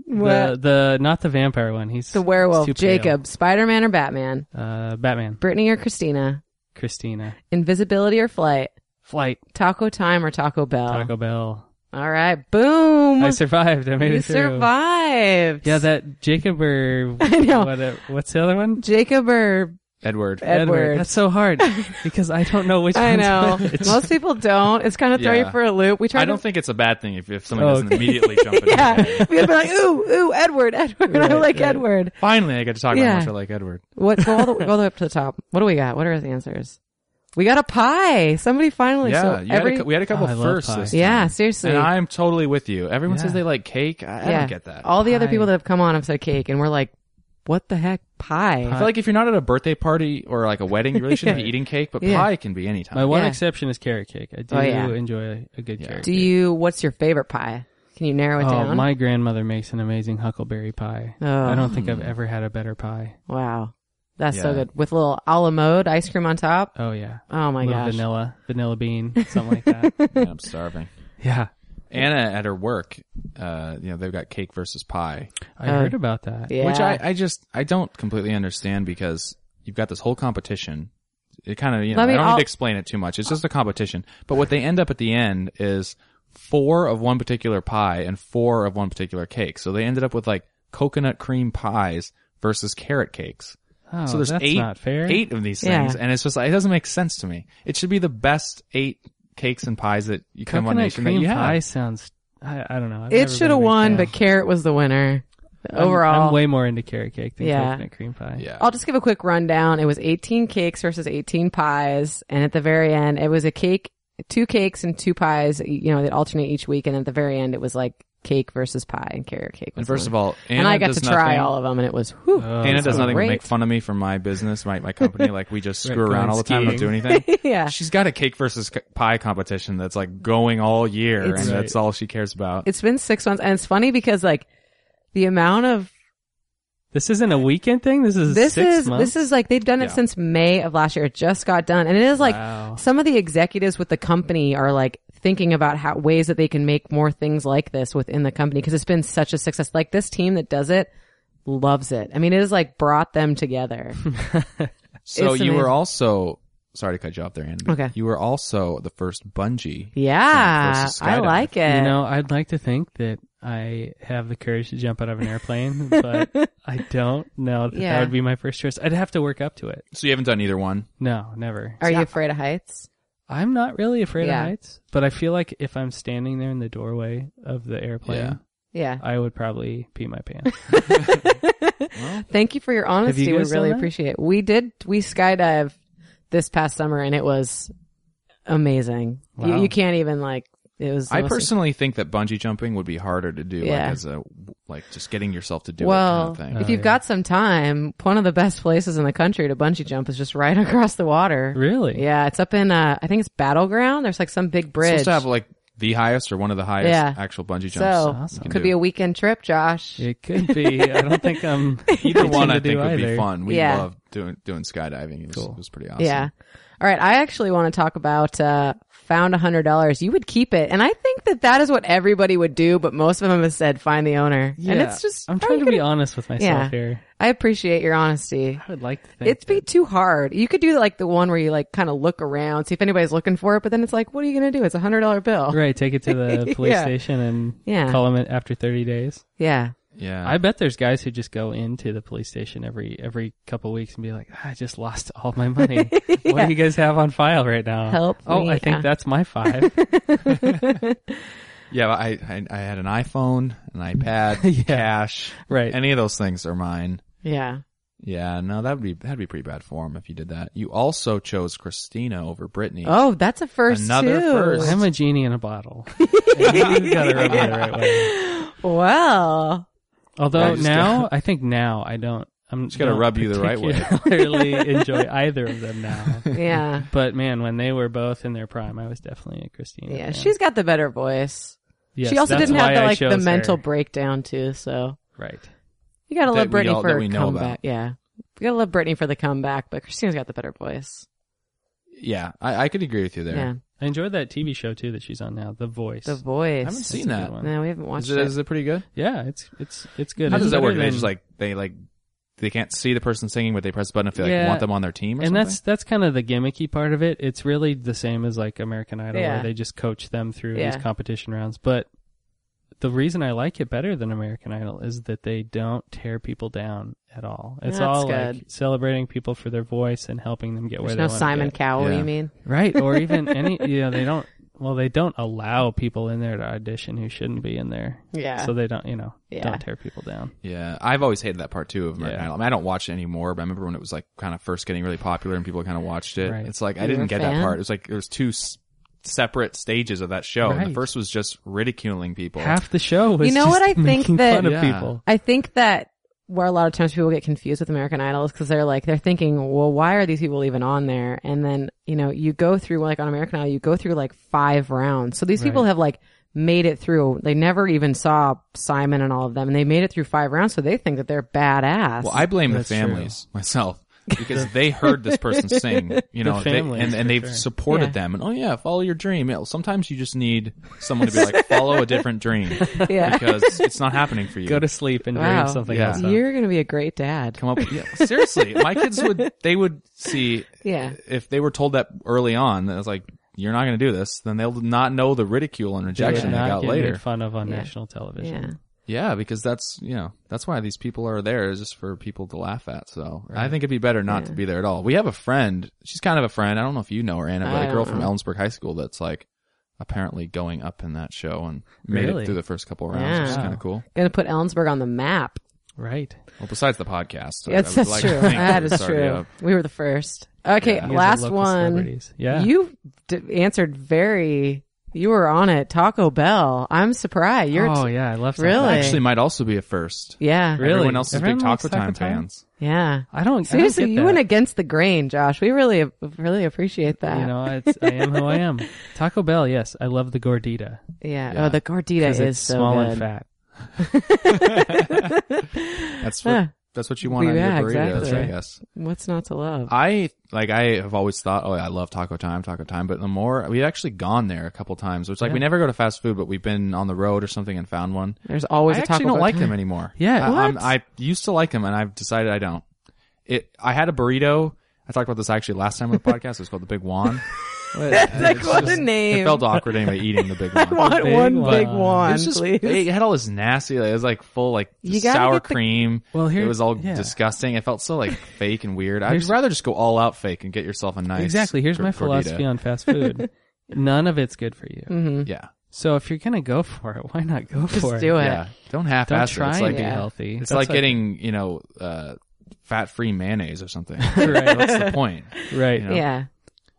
S2: What?
S3: The, the not the vampire one. He's
S2: The
S3: he's
S2: werewolf,
S3: too pale.
S2: Jacob, Spider Man or Batman?
S3: Uh, Batman.
S2: Brittany or Christina?
S3: Christina.
S2: Invisibility or flight?
S3: Flight.
S2: Taco time or Taco Bell?
S3: Taco Bell.
S2: All right, boom!
S3: I survived. I made
S2: you
S3: it through.
S2: survived.
S3: Yeah, that Jacob or
S2: I know.
S3: what- uh, what's the other one?
S2: Jacob or
S1: Edward
S2: Edward.
S3: That's so hard because I don't know which.
S2: I
S3: one's
S2: know.
S3: which.
S2: Most people don't. It's kind of throw
S1: Yeah.
S2: you for a loop. We try
S1: I
S2: to
S1: don't think it's a bad thing if, if someone
S3: Oh,
S1: doesn't
S3: okay.
S1: immediately jump in
S2: yeah, we would be like, ooh, ooh, Edward, Edward. I like Edward.
S1: finally I get to talk about
S2: Yeah.
S1: how much I like Edward
S2: What? Go all, the, go all the way up to the top. What do we got? What are his answers? We got a pie. Somebody finally.
S1: yeah
S2: so
S1: you had a
S2: every,
S1: cou- we had a couple
S3: Oh, I love
S1: firsts
S3: pie.
S1: this time.
S2: yeah, seriously.
S1: and I'm totally with you everyone
S3: Yeah.
S1: says they like cake I, I
S2: yeah.
S1: don't get that
S2: All the other
S3: Pie.
S2: people that have come on have said cake, and we're like, what the heck, pie?
S1: I feel like if you're not at a birthday party or like a wedding, you really shouldn't be eating cake, but
S2: Yeah.
S1: pie can be any
S3: My
S1: time.
S3: one
S2: Yeah.
S3: exception is carrot cake. I do
S2: Oh, yeah.
S3: enjoy a, a good
S1: Yeah.
S3: carrot.
S2: Do
S3: cake.
S2: you? What's your favorite pie? Can you narrow it
S3: Oh,
S2: down?
S3: my grandmother makes an amazing huckleberry pie.
S2: Oh.
S3: I don't think I've ever had a better pie.
S2: wow, that's so
S1: Yeah.
S2: good with little a la mode ice cream on top.
S3: Oh yeah,
S2: Oh my
S3: little
S2: gosh.
S3: vanilla, vanilla bean, something like that.
S1: Yeah, I'm starving.
S3: yeah,
S1: Anna at her work, uh, you know, they've got cake versus pie,
S3: I heard about that.
S2: Yeah.
S1: which I, I just, I don't completely understand because you've got this whole competition. It kind of, you know,
S2: Let me-
S1: I don't
S2: I'll-
S1: need to explain it too much. It's just a competition. But what they end up at the end is four of one particular pie and four of one particular cake. So they ended up with like coconut cream pies versus carrot cakes.
S3: Oh,
S1: so there's
S3: that's
S1: eight,
S3: not fair.
S1: eight of these
S2: Yeah.
S1: things, and it's just like, it doesn't make sense to me. It should be the best eight cakes and pies that you come on
S3: coconut
S1: nation
S3: cream
S1: that you have.
S3: pie sounds. I, I don't know. I've never
S2: It
S3: been
S2: should
S3: a
S2: have
S3: big
S2: won,
S3: fan.
S2: but carrot was the winner.
S3: I'm-
S2: Overall,
S3: I'm, way more into carrot cake than
S2: Yeah.
S3: coconut cream pie.
S1: Yeah,
S2: I'll just give a quick rundown. It was 18 cakes versus 18 pies. And at the very end, it was a cake, two cakes and two pies, you know, that alternate each week. And at the very end, it was like cake versus pie, and carrier cake.
S1: And
S2: was
S1: first
S2: the
S1: of
S2: one.
S1: all, Anna
S2: and I got
S1: does
S2: to try
S1: nothing- Uh,
S2: all of them, and it was whew.
S3: Oh,
S1: Anna does
S2: Sounds
S1: nothing but
S2: great.
S1: make fun of me for my business, my, my company. Like we just screw around
S3: Right, going
S1: all the time, don't do
S3: skiing.
S1: anything.
S2: yeah,
S1: She's got a cake versus c- pie competition that's like going all year,
S2: It's-
S1: and that's all she cares about.
S2: it's been six months, and it's funny because like the amount of
S3: This isn't a weekend thing. This is
S2: this
S3: six
S2: is
S3: months.
S2: this is like they've done it
S1: Yeah.
S2: since May of last year. It just got done, and it is like
S3: Wow.
S2: some of the executives with the company are like thinking about how ways that they can make more things like this within the company because it's been such a success. Like this team that does it loves it. I mean, it has like brought them together.
S1: so
S2: it's
S1: you were
S2: amazing.
S1: also sorry to cut you off there, Anna. but
S2: Okay.
S1: You were also the first bungee.
S2: Yeah,
S1: Versus
S2: I
S1: skydiving.
S2: like it.
S3: You know, I'd like to think that I have the courage to jump out of an airplane, but I don't know that
S2: Yeah.
S3: that would be my first choice. I'd have to work up to it.
S1: So you haven't done either one.
S3: No, never.
S2: are you afraid of heights?
S3: I'm not really afraid
S2: Yeah.
S3: of heights, but I feel like if I'm standing there in the doorway of the airplane,
S1: Yeah.
S2: Yeah.
S3: I would probably pee my pants.
S2: Thank you for your honesty.
S3: you
S2: we
S3: guys done
S2: really
S3: that?
S2: appreciate it. We did. We skydived this past summer, and it was amazing.
S3: Wow.
S2: You, you can't even like. It was. the
S1: I
S2: most-
S1: personally think that bungee jumping would be harder to do,
S2: Yeah.
S1: like as a like just getting yourself to do
S2: Well,
S1: it kind of
S2: if
S1: thing.
S2: you've
S3: Oh,
S2: got some time, one of the best places in the country to bungee jump is just right across the water.
S3: really?
S2: Yeah, it's up in uh, I think it's Battleground. There's like some big
S1: It's
S2: bridge.
S1: supposed to have like the highest or one of the highest
S2: Yeah.
S1: actual bungee jumps.
S2: so
S1: you
S3: awesome.
S1: can
S2: could
S1: do.
S2: be a weekend trip, Josh.
S3: It could be. I don't think I'm
S1: Either one,
S3: to
S1: I
S3: do
S1: think, would
S3: either.
S1: be fun. We
S2: Yeah.
S1: love doing doing skydiving. It was, it was pretty awesome.
S2: Yeah. All right. I actually want to talk about uh, found a hundred dollars. You would keep it, and I think that that is what everybody would do. But most of them have said find the owner, and it's just
S3: I'm
S2: how
S3: trying
S2: you
S3: to be
S2: gonna-
S3: honest with myself
S2: Yeah.
S3: here.
S2: I appreciate your honesty.
S3: I would like to think
S2: It'd be too hard. You could do like the one where you like kind of look around, see if anybody's looking for it, but then it's like, what are you going to do? It's a hundred dollar bill.
S3: right. Take it to the police
S2: Yeah.
S3: station and
S2: Yeah.
S3: call them after 30 days.
S2: Yeah.
S1: Yeah.
S3: I bet there's guys who just go into the police station every every couple weeks and be like, I just lost all my money. What do you guys have on file right now?
S2: Help
S3: Oh,
S2: me,
S3: I think
S2: yeah.
S3: that's my five.
S1: yeah. I, I I had an iPhone, an iPad, cash.
S3: Right.
S1: Any of those things are mine.
S2: Yeah.
S1: Yeah. No, that would be that'd be pretty bad form if you did that. You also chose Christina over Brittany.
S2: Oh, that's a first
S1: Another
S2: too.
S1: first.
S3: I'm a genie in a bottle. You gotta rub it the right way.
S2: Well,
S3: Although
S1: I just-
S3: now, I think now I don't. I'm just
S1: gotta rub you the right way.
S3: Particularly enjoy either of them now.
S2: yeah.
S3: But man, when they were both in their prime, I was definitely a Christina.
S2: Yeah.
S3: fan.
S2: She's got the better voice.
S3: Yes,
S2: she also
S3: that's
S2: didn't have
S3: why
S2: the
S3: I
S2: like the
S3: chose
S2: mental
S3: her.
S2: breakdown too. So
S3: right.
S2: you gotta
S1: That
S2: love
S1: we
S2: Brittany
S1: all-
S2: for
S1: that
S2: her
S1: we know about.
S2: comeback. Yeah, you gotta love Brittany for the comeback, but Christina's got the better voice.
S1: Yeah. I, I could agree with you there.
S2: Yeah,
S3: I enjoyed that TV show too that she's on now, The Voice.
S2: the voice.
S1: I haven't
S3: That's
S1: seen
S3: a good
S1: that.
S3: one.
S2: No, we haven't watched
S1: Is it,
S2: it.
S1: is it pretty good?
S3: Yeah, it's it's it's good.
S1: How
S3: It's
S1: does that
S3: better
S1: work? They
S3: than-
S1: just like they like they can't see the person singing, but they press a button if they like
S3: Yeah.
S1: want them on their team. Or
S3: and
S1: something?
S3: that's that's kind of the gimmicky part of it. It's really the same as like American Idol,
S2: Yeah.
S3: where they just coach them through
S2: Yeah.
S3: these competition rounds. But the reason I like it better than American Idol is that they don't tear people down at all. It's
S2: That's
S3: all like
S2: good.
S3: celebrating people for their voice and helping them get where
S2: There's
S3: they
S2: no
S3: want
S2: Simon
S3: to
S2: Cowell.
S1: Yeah.
S2: You mean?
S3: get. right? Or even any, you know, they don't. Well, they don't allow people in there to audition who shouldn't be in there.
S2: Yeah.
S3: So they don't, you know,
S2: Yeah.
S3: don't tear people down.
S1: Yeah, I've always hated that part too of American
S3: Yeah.
S1: Idol. I mean, I don't watch it anymore, but I remember when it was like kind of first getting really popular and people kind of watched it.
S3: Right.
S1: It's like I
S2: You were a
S1: didn't get
S2: fan?
S1: that part. It was like there was two s- separate stages of that show. And
S3: Right.
S1: the first was just ridiculing people.
S3: Half the show was
S2: You know
S3: just
S2: what I think
S3: making
S2: that-
S3: fun of
S1: Yeah.
S3: people.
S2: I think that where a lot of times people get confused with American Idol is because they're like they're thinking, well, why are these people even on there? And then you know you go through like on American Idol, you go through like five rounds. So these people
S3: Right.
S2: have like made it through. They never even saw Simon and all of them, and they made it through five rounds. So they think that they're badass.
S1: Well, I blame the
S3: That's true.
S1: families myself because they heard this person sing, you know, they,
S3: families,
S1: and, and
S3: for
S1: they've
S3: sure.
S1: supported
S2: Yeah.
S1: them. And oh yeah, follow your dream. Yeah, well, sometimes you just need someone to be like, follow a different dream
S2: yeah,
S1: because it's not happening for you.
S3: Go to sleep and
S2: Wow.
S3: dream something
S1: Yeah.
S3: else. up.
S2: you're gonna be a great dad.
S1: come up. Yeah, seriously, my kids would they would see
S2: Yeah.
S1: if they were told that early on that it's like you're not going to do this, then they'll not know the ridicule and
S3: They would
S1: rejection
S3: not
S1: they got
S3: get
S1: later.
S3: made fun of on
S2: Yeah.
S3: national television.
S2: Yeah.
S1: Yeah, because that's you know that's why these people are there is just for people to laugh at. So I think it'd be better not to be there at all. We have a friend. She's kind of a friend. I don't know if you know her, Anna,
S2: I
S1: but a
S2: don't
S1: girl from
S2: know.
S1: Ellensburg High School that's like apparently going up in that show and made
S3: Really?
S1: it through the first couple rounds, which is
S3: Wow.
S1: kind of cool.
S2: Gonna put Ellensburg on the map.
S3: Right.
S1: Well, besides the podcast, I- I
S2: Yes,
S1: would
S2: that's
S1: like to
S2: true.
S1: think
S2: That
S1: it
S2: is
S1: was already
S2: true.
S1: up.
S2: We were the first. Okay,
S1: Yeah.
S3: You guys are
S2: last
S3: local
S2: one.
S3: celebrities. Yeah.
S2: You d- answered very You were on it. Taco Bell. I'm surprised. You're
S3: oh yeah, I left. that
S2: Really?
S3: back.
S1: Actually, might also be a first.
S2: yeah.
S3: Really?
S1: Everyone else is
S3: Everyone
S1: big
S3: likes
S1: Taco,
S3: Taco
S1: Time
S3: Time?
S1: fans.
S2: Yeah.
S3: I don't. I
S2: Seriously,
S3: don't get
S2: you
S3: that.
S2: went against the grain, Josh. We really, really appreciate that.
S3: You know, it's, I am who I am. Taco Bell, yes, I love the gordita
S2: yeah.
S1: Yeah.
S2: Oh, the gordita
S3: because
S2: is
S3: it's
S2: so
S3: small
S2: good.
S3: and fat.
S1: That's what.
S2: Huh.
S1: That's what you want on
S2: Yeah,
S1: your burritos,
S2: exactly.
S1: I guess.
S2: What's not to love?
S1: I like I have always thought, oh, I love Taco Time, Taco Time. But the more we've actually gone there a couple times, which like we never go to fast food, but we've been on the road or something and found one.
S2: There's always
S1: I
S2: a
S1: actually
S2: Taco
S1: don't
S2: Bell
S1: like
S2: time.
S1: them anymore.
S3: Yeah,
S1: I, I'm-
S3: what?
S1: I used to like them, and I've decided I don't. It. I had a burrito. I talked about this actually last time on the podcast. It was called the Big Juan.
S2: Like what the
S1: it
S2: name?
S1: felt awkward anyway eating the Big Juan.
S2: Want
S3: Big
S2: one
S3: one.
S2: big
S1: It
S2: one,
S1: was just,
S2: please.
S1: It had all this nasty. Like, it was like full like
S2: You gotta
S1: sour
S2: get the-
S1: cream.
S3: Well, here-
S1: it was all
S3: yeah.
S1: disgusting. It felt so like fake and weird. I'd
S3: Here's-
S1: rather just go all out fake and get yourself a nice.
S3: exactly. Here's
S1: gor-
S3: my
S1: gordita.
S3: philosophy on fast food. None of it's good for you.
S1: Yeah,
S3: So if you're gonna go for it, why not go
S2: Mm-hmm. Just
S3: for
S2: do it.
S1: yeah. Don't half
S3: Don't
S1: ass it.
S3: try
S1: It's
S3: and
S1: like
S3: be
S2: Yeah.
S3: healthy.
S1: it's
S3: That's
S1: like
S3: what-
S1: getting you know uh, fat free mayonnaise or something.
S3: Right.
S1: What's the point?
S3: right.
S1: you know?
S2: Yeah,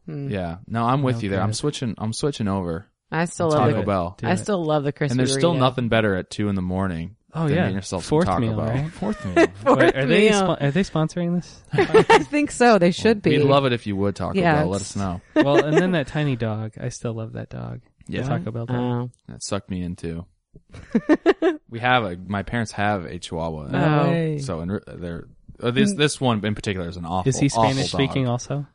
S2: Mm.
S1: Yeah. No, I'm with you there. I'm
S3: good.
S1: switching. I'm switching over.
S2: I still love
S1: Taco
S2: the.
S1: Bell.
S3: Do
S2: I
S3: it.
S2: still love the crispy.
S1: And there's still
S2: burrito.
S1: nothing better at two in the morning.
S3: Oh,
S1: than
S3: yeah.
S1: getting yourself
S3: Fourth
S1: some Taco
S3: meal,
S1: Bell.
S3: right?
S1: Fourth meal.
S3: Wait, are they
S2: meal.
S3: spo- are they sponsoring this?
S2: I think so. They should be.
S1: We'd love it if you would Taco
S2: Yeah,
S1: Bell. Let
S2: it's-
S1: us know.
S3: well, and then that tiny dog. I still love that dog. The
S1: Yeah.
S3: Taco Bell dog.
S2: Oh.
S1: That sucked me into. we have a. My parents have a Chihuahua.
S3: No
S2: Oh.
S3: way.
S1: So and re- they're uh, this this one in particular is an awful.
S3: Mm. Is he
S1: awful
S3: Spanish speaking
S1: dog.
S3: also?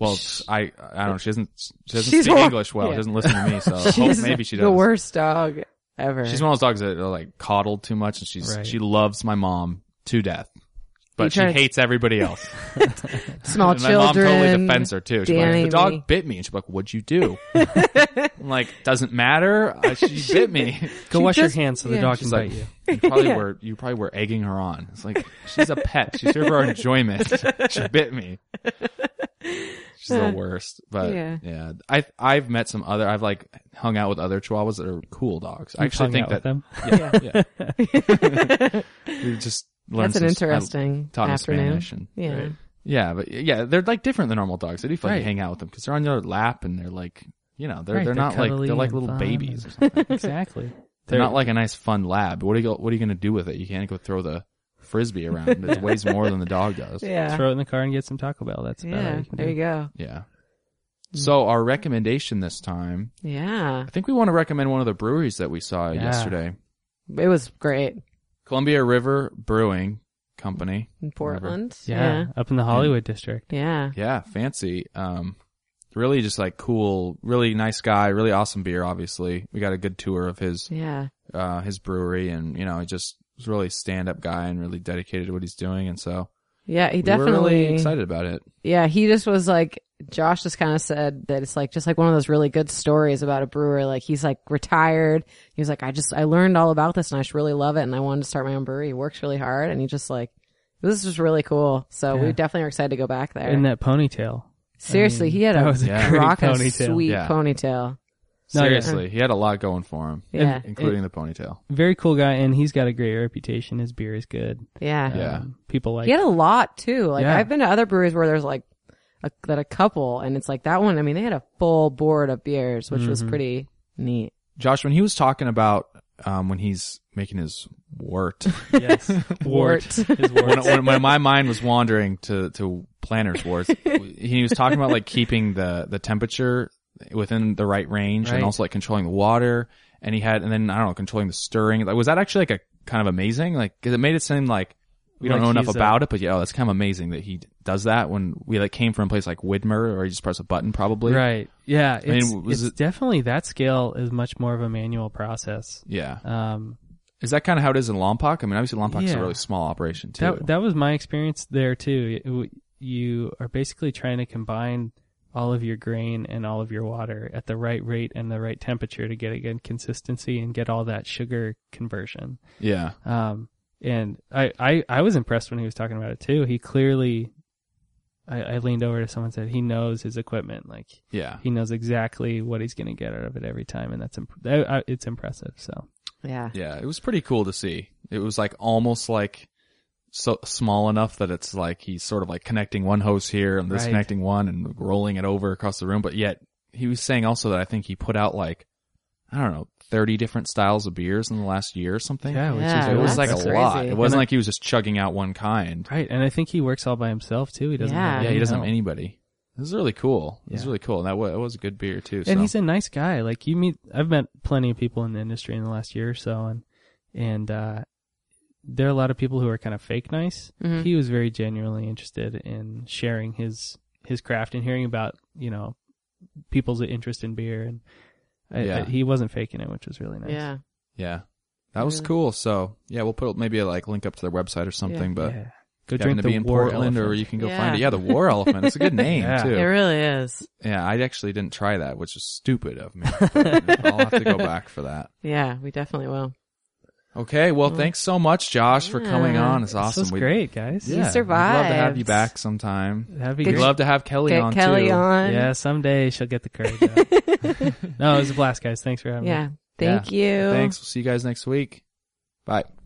S1: Well, it's- I I don't. know. She doesn't. She doesn't
S2: She's
S1: speak
S2: hor-
S1: English well.
S2: yeah.
S1: She doesn't listen to me. So
S2: She's
S1: hope maybe she does.
S2: the worst dog ever.
S1: She's one of those dogs that are like coddled too much, and she's
S3: Right.
S1: she loves my mom to death, but she
S2: try to-
S1: hates everybody else.
S2: Small
S1: and my mom
S2: children.
S1: totally defends her too. She's
S2: Danny,
S1: like, the dog
S2: me.
S1: bit me, and she's like, "What'd you do?" I'm like, "Doesn't matter. Uh, she, bit me."
S3: Go
S2: She
S3: wash
S2: just-
S3: your hands so the
S2: yeah.
S3: dog
S1: She's
S3: can
S1: like,
S3: bite you.
S1: you probably were you probably were egging her on. It's like she's a pet. She's here for our enjoyment. she bit me. She's the worst. But
S2: Uh, Yeah.
S1: yeah. I I've met some other I've like hung out with other chihuahuas that are cool dogs. I actually
S3: Hung
S1: think
S3: out
S1: that
S3: with them.
S1: yeah. yeah. we just learned
S2: That's an
S1: some- I
S2: interesting
S1: taught 'em
S2: afternoon.
S1: Spanish and
S2: Yeah.
S1: right. Yeah, but yeah, they're like different than normal dogs. They do feel like you hang out with them because they're on your lap and they're like, you know, they're
S3: Right,
S1: they're,
S3: they're
S1: not like
S3: cuddly
S1: they're like
S3: and
S1: little
S3: fun
S1: babies or
S3: and-
S1: something.
S3: exactly.
S1: They're not like a nice fun lab. What are you go- What are you going to do with it? You can't go throw the frisbee around. It weighs more than the dog does.
S2: Yeah.
S3: throw it in the car and get some Taco Bell. That's about
S2: yeah.
S3: all you can
S2: there
S3: do.
S2: you go.
S1: Yeah. So our recommendation this time,
S2: Yeah.
S1: I think we want to recommend one of the breweries that we saw
S3: Yeah.
S1: yesterday,
S2: It was great
S1: Columbia River Brewing Company.
S2: in Portland.
S3: Yeah, up in the Hollywood district.
S2: Yeah.
S1: Yeah,
S2: Yeah.
S1: fancy. Um, really just like cool, really nice guy, really awesome beer. Obviously, we got a good tour of his
S2: Yeah.
S1: uh, his brewery, and you know, he just was really stand up guy and really dedicated to what he's doing, and so
S2: Yeah, he
S1: we were really
S2: definitely.
S1: excited about it.
S2: yeah, he just was like Josh just kind of said that it's like just like one of those really good stories about a brewer. Like he's like retired. He was like, I just I learned all about this and I just really love it and I wanted to start my own brewery. He works really hard and he just like this is really cool. So we
S3: Yeah.
S2: definitely are excited to go back there.
S3: In that ponytail.
S2: Seriously, he had
S3: that
S2: a
S3: was a
S1: Yeah.
S3: great
S2: rock a
S3: ponytail.
S2: sweet
S1: Yeah.
S2: ponytail.
S3: No, yeah.
S1: Seriously, he had a lot going for him,
S2: Yeah,
S1: including the ponytail.
S3: Very cool guy, and he's got a great reputation. His beer is good.
S2: yeah.
S1: Yeah.
S3: Um, people like
S2: He had a lot too. Like
S3: Yeah.
S2: I've been to other breweries where there's like a, that a couple, and it's like that one. I mean, they had a full board of beers, which
S3: Mm-hmm.
S2: was pretty neat.
S1: Josh, when he was talking about um, when he's making his wort,
S3: yes. wart. His wart.
S1: when, when, when my mind was wandering to to planner's wort, he was talking about like keeping the the temperature within the right range,
S3: Right.
S1: and also like controlling the water. And he had, and then I don't know, controlling the stirring. Like, was that actually like a kind of amazing? Like, 'cause it made it seem like we don't
S3: Like
S1: know enough
S3: he's a-
S1: about it, but yeah, oh, that's kind of amazing that he d- does that. When we like came from a place like Widmer, or you just press a button, probably.
S3: Right. Yeah. It's,
S1: was
S3: it's
S1: it-
S3: definitely that scale is much more of a manual process.
S1: Yeah.
S3: Um,
S1: Is that kind of how it is in Lompoc? I mean, obviously Lompoc's
S3: Yeah.
S1: a really small operation too.
S3: that that was my experience there too. It w- You are basically trying to combine all of your grain and all of your water at the right rate and the right temperature to get a good consistency and get all that sugar conversion.
S1: yeah.
S3: Um, and I, I, I was impressed when he was talking about it too. He clearly, I, I leaned over to someone and said he knows his equipment. Like
S1: Yeah.
S3: he knows exactly what he's going to get out of it every time. And that's, imp- I, I, it's impressive. So
S2: Yeah,
S1: Yeah, it was pretty cool to see. It was like almost like so small enough that it's like he's sort of like connecting one hose here and
S3: Right.
S1: disconnecting one and rolling it over across the room. But yet he was saying also that I think he put out like I don't know, 30 different styles of beers in the last year or something.
S3: Yeah, which
S2: Yeah,
S3: is
S1: So it was
S2: that's
S1: like a
S2: crazy.
S1: lot. It wasn't
S3: And I-
S1: like he was just chugging out one kind.
S3: right. And I think he works all by himself too. He doesn't.
S2: Yeah.
S3: have
S1: Yeah, he doesn't have
S3: help.
S1: anybody. This is really cool. This is
S3: Yeah.
S1: really cool. And that was, it was a good beer too.
S3: And
S1: so.
S3: he's a nice guy. Like you meet, I've met plenty of people in the industry in the last year or so, and and uh, there are a lot of people who are kind of fake nice.
S2: Mhm.
S3: He was very genuinely interested in sharing his his craft and hearing about you know people's interest in beer, and I,
S1: Yeah.
S3: I- he wasn't faking it, which was really nice.
S2: Yeah.
S1: yeah, that was
S2: Really?
S1: cool. So yeah, we'll put maybe a like link up to their website or something. But
S3: Yeah. go
S1: if you happen
S3: drink
S1: to
S3: the
S1: be in
S3: war
S1: Portland or
S3: elephant.
S1: you can go
S2: Yeah.
S1: find it. Yeah, the War Elephant. It's a good name
S3: Yeah.
S1: too.
S2: It really is.
S1: Yeah, I actually didn't try that, which is stupid of me. But I'll have to go back for that.
S2: Yeah, we definitely will.
S1: Okay, well, thanks so much, Josh, for coming
S2: Yeah.
S1: on. It's
S3: This
S1: awesome.
S3: was
S1: We'd-
S3: great, guys.
S1: Yeah, we'd Love to have you
S2: survived.
S1: back sometime.
S3: That'd be
S2: Get
S1: We'd
S3: great.
S1: love to have Kelly
S2: Get
S1: on
S2: Kelly
S1: too.
S2: on.
S3: yeah, someday she'll get the courage. out. no, it was a blast, guys. Thanks for having me.
S2: Yeah. Thank you.
S1: Thanks. We'll see you guys next week. Bye.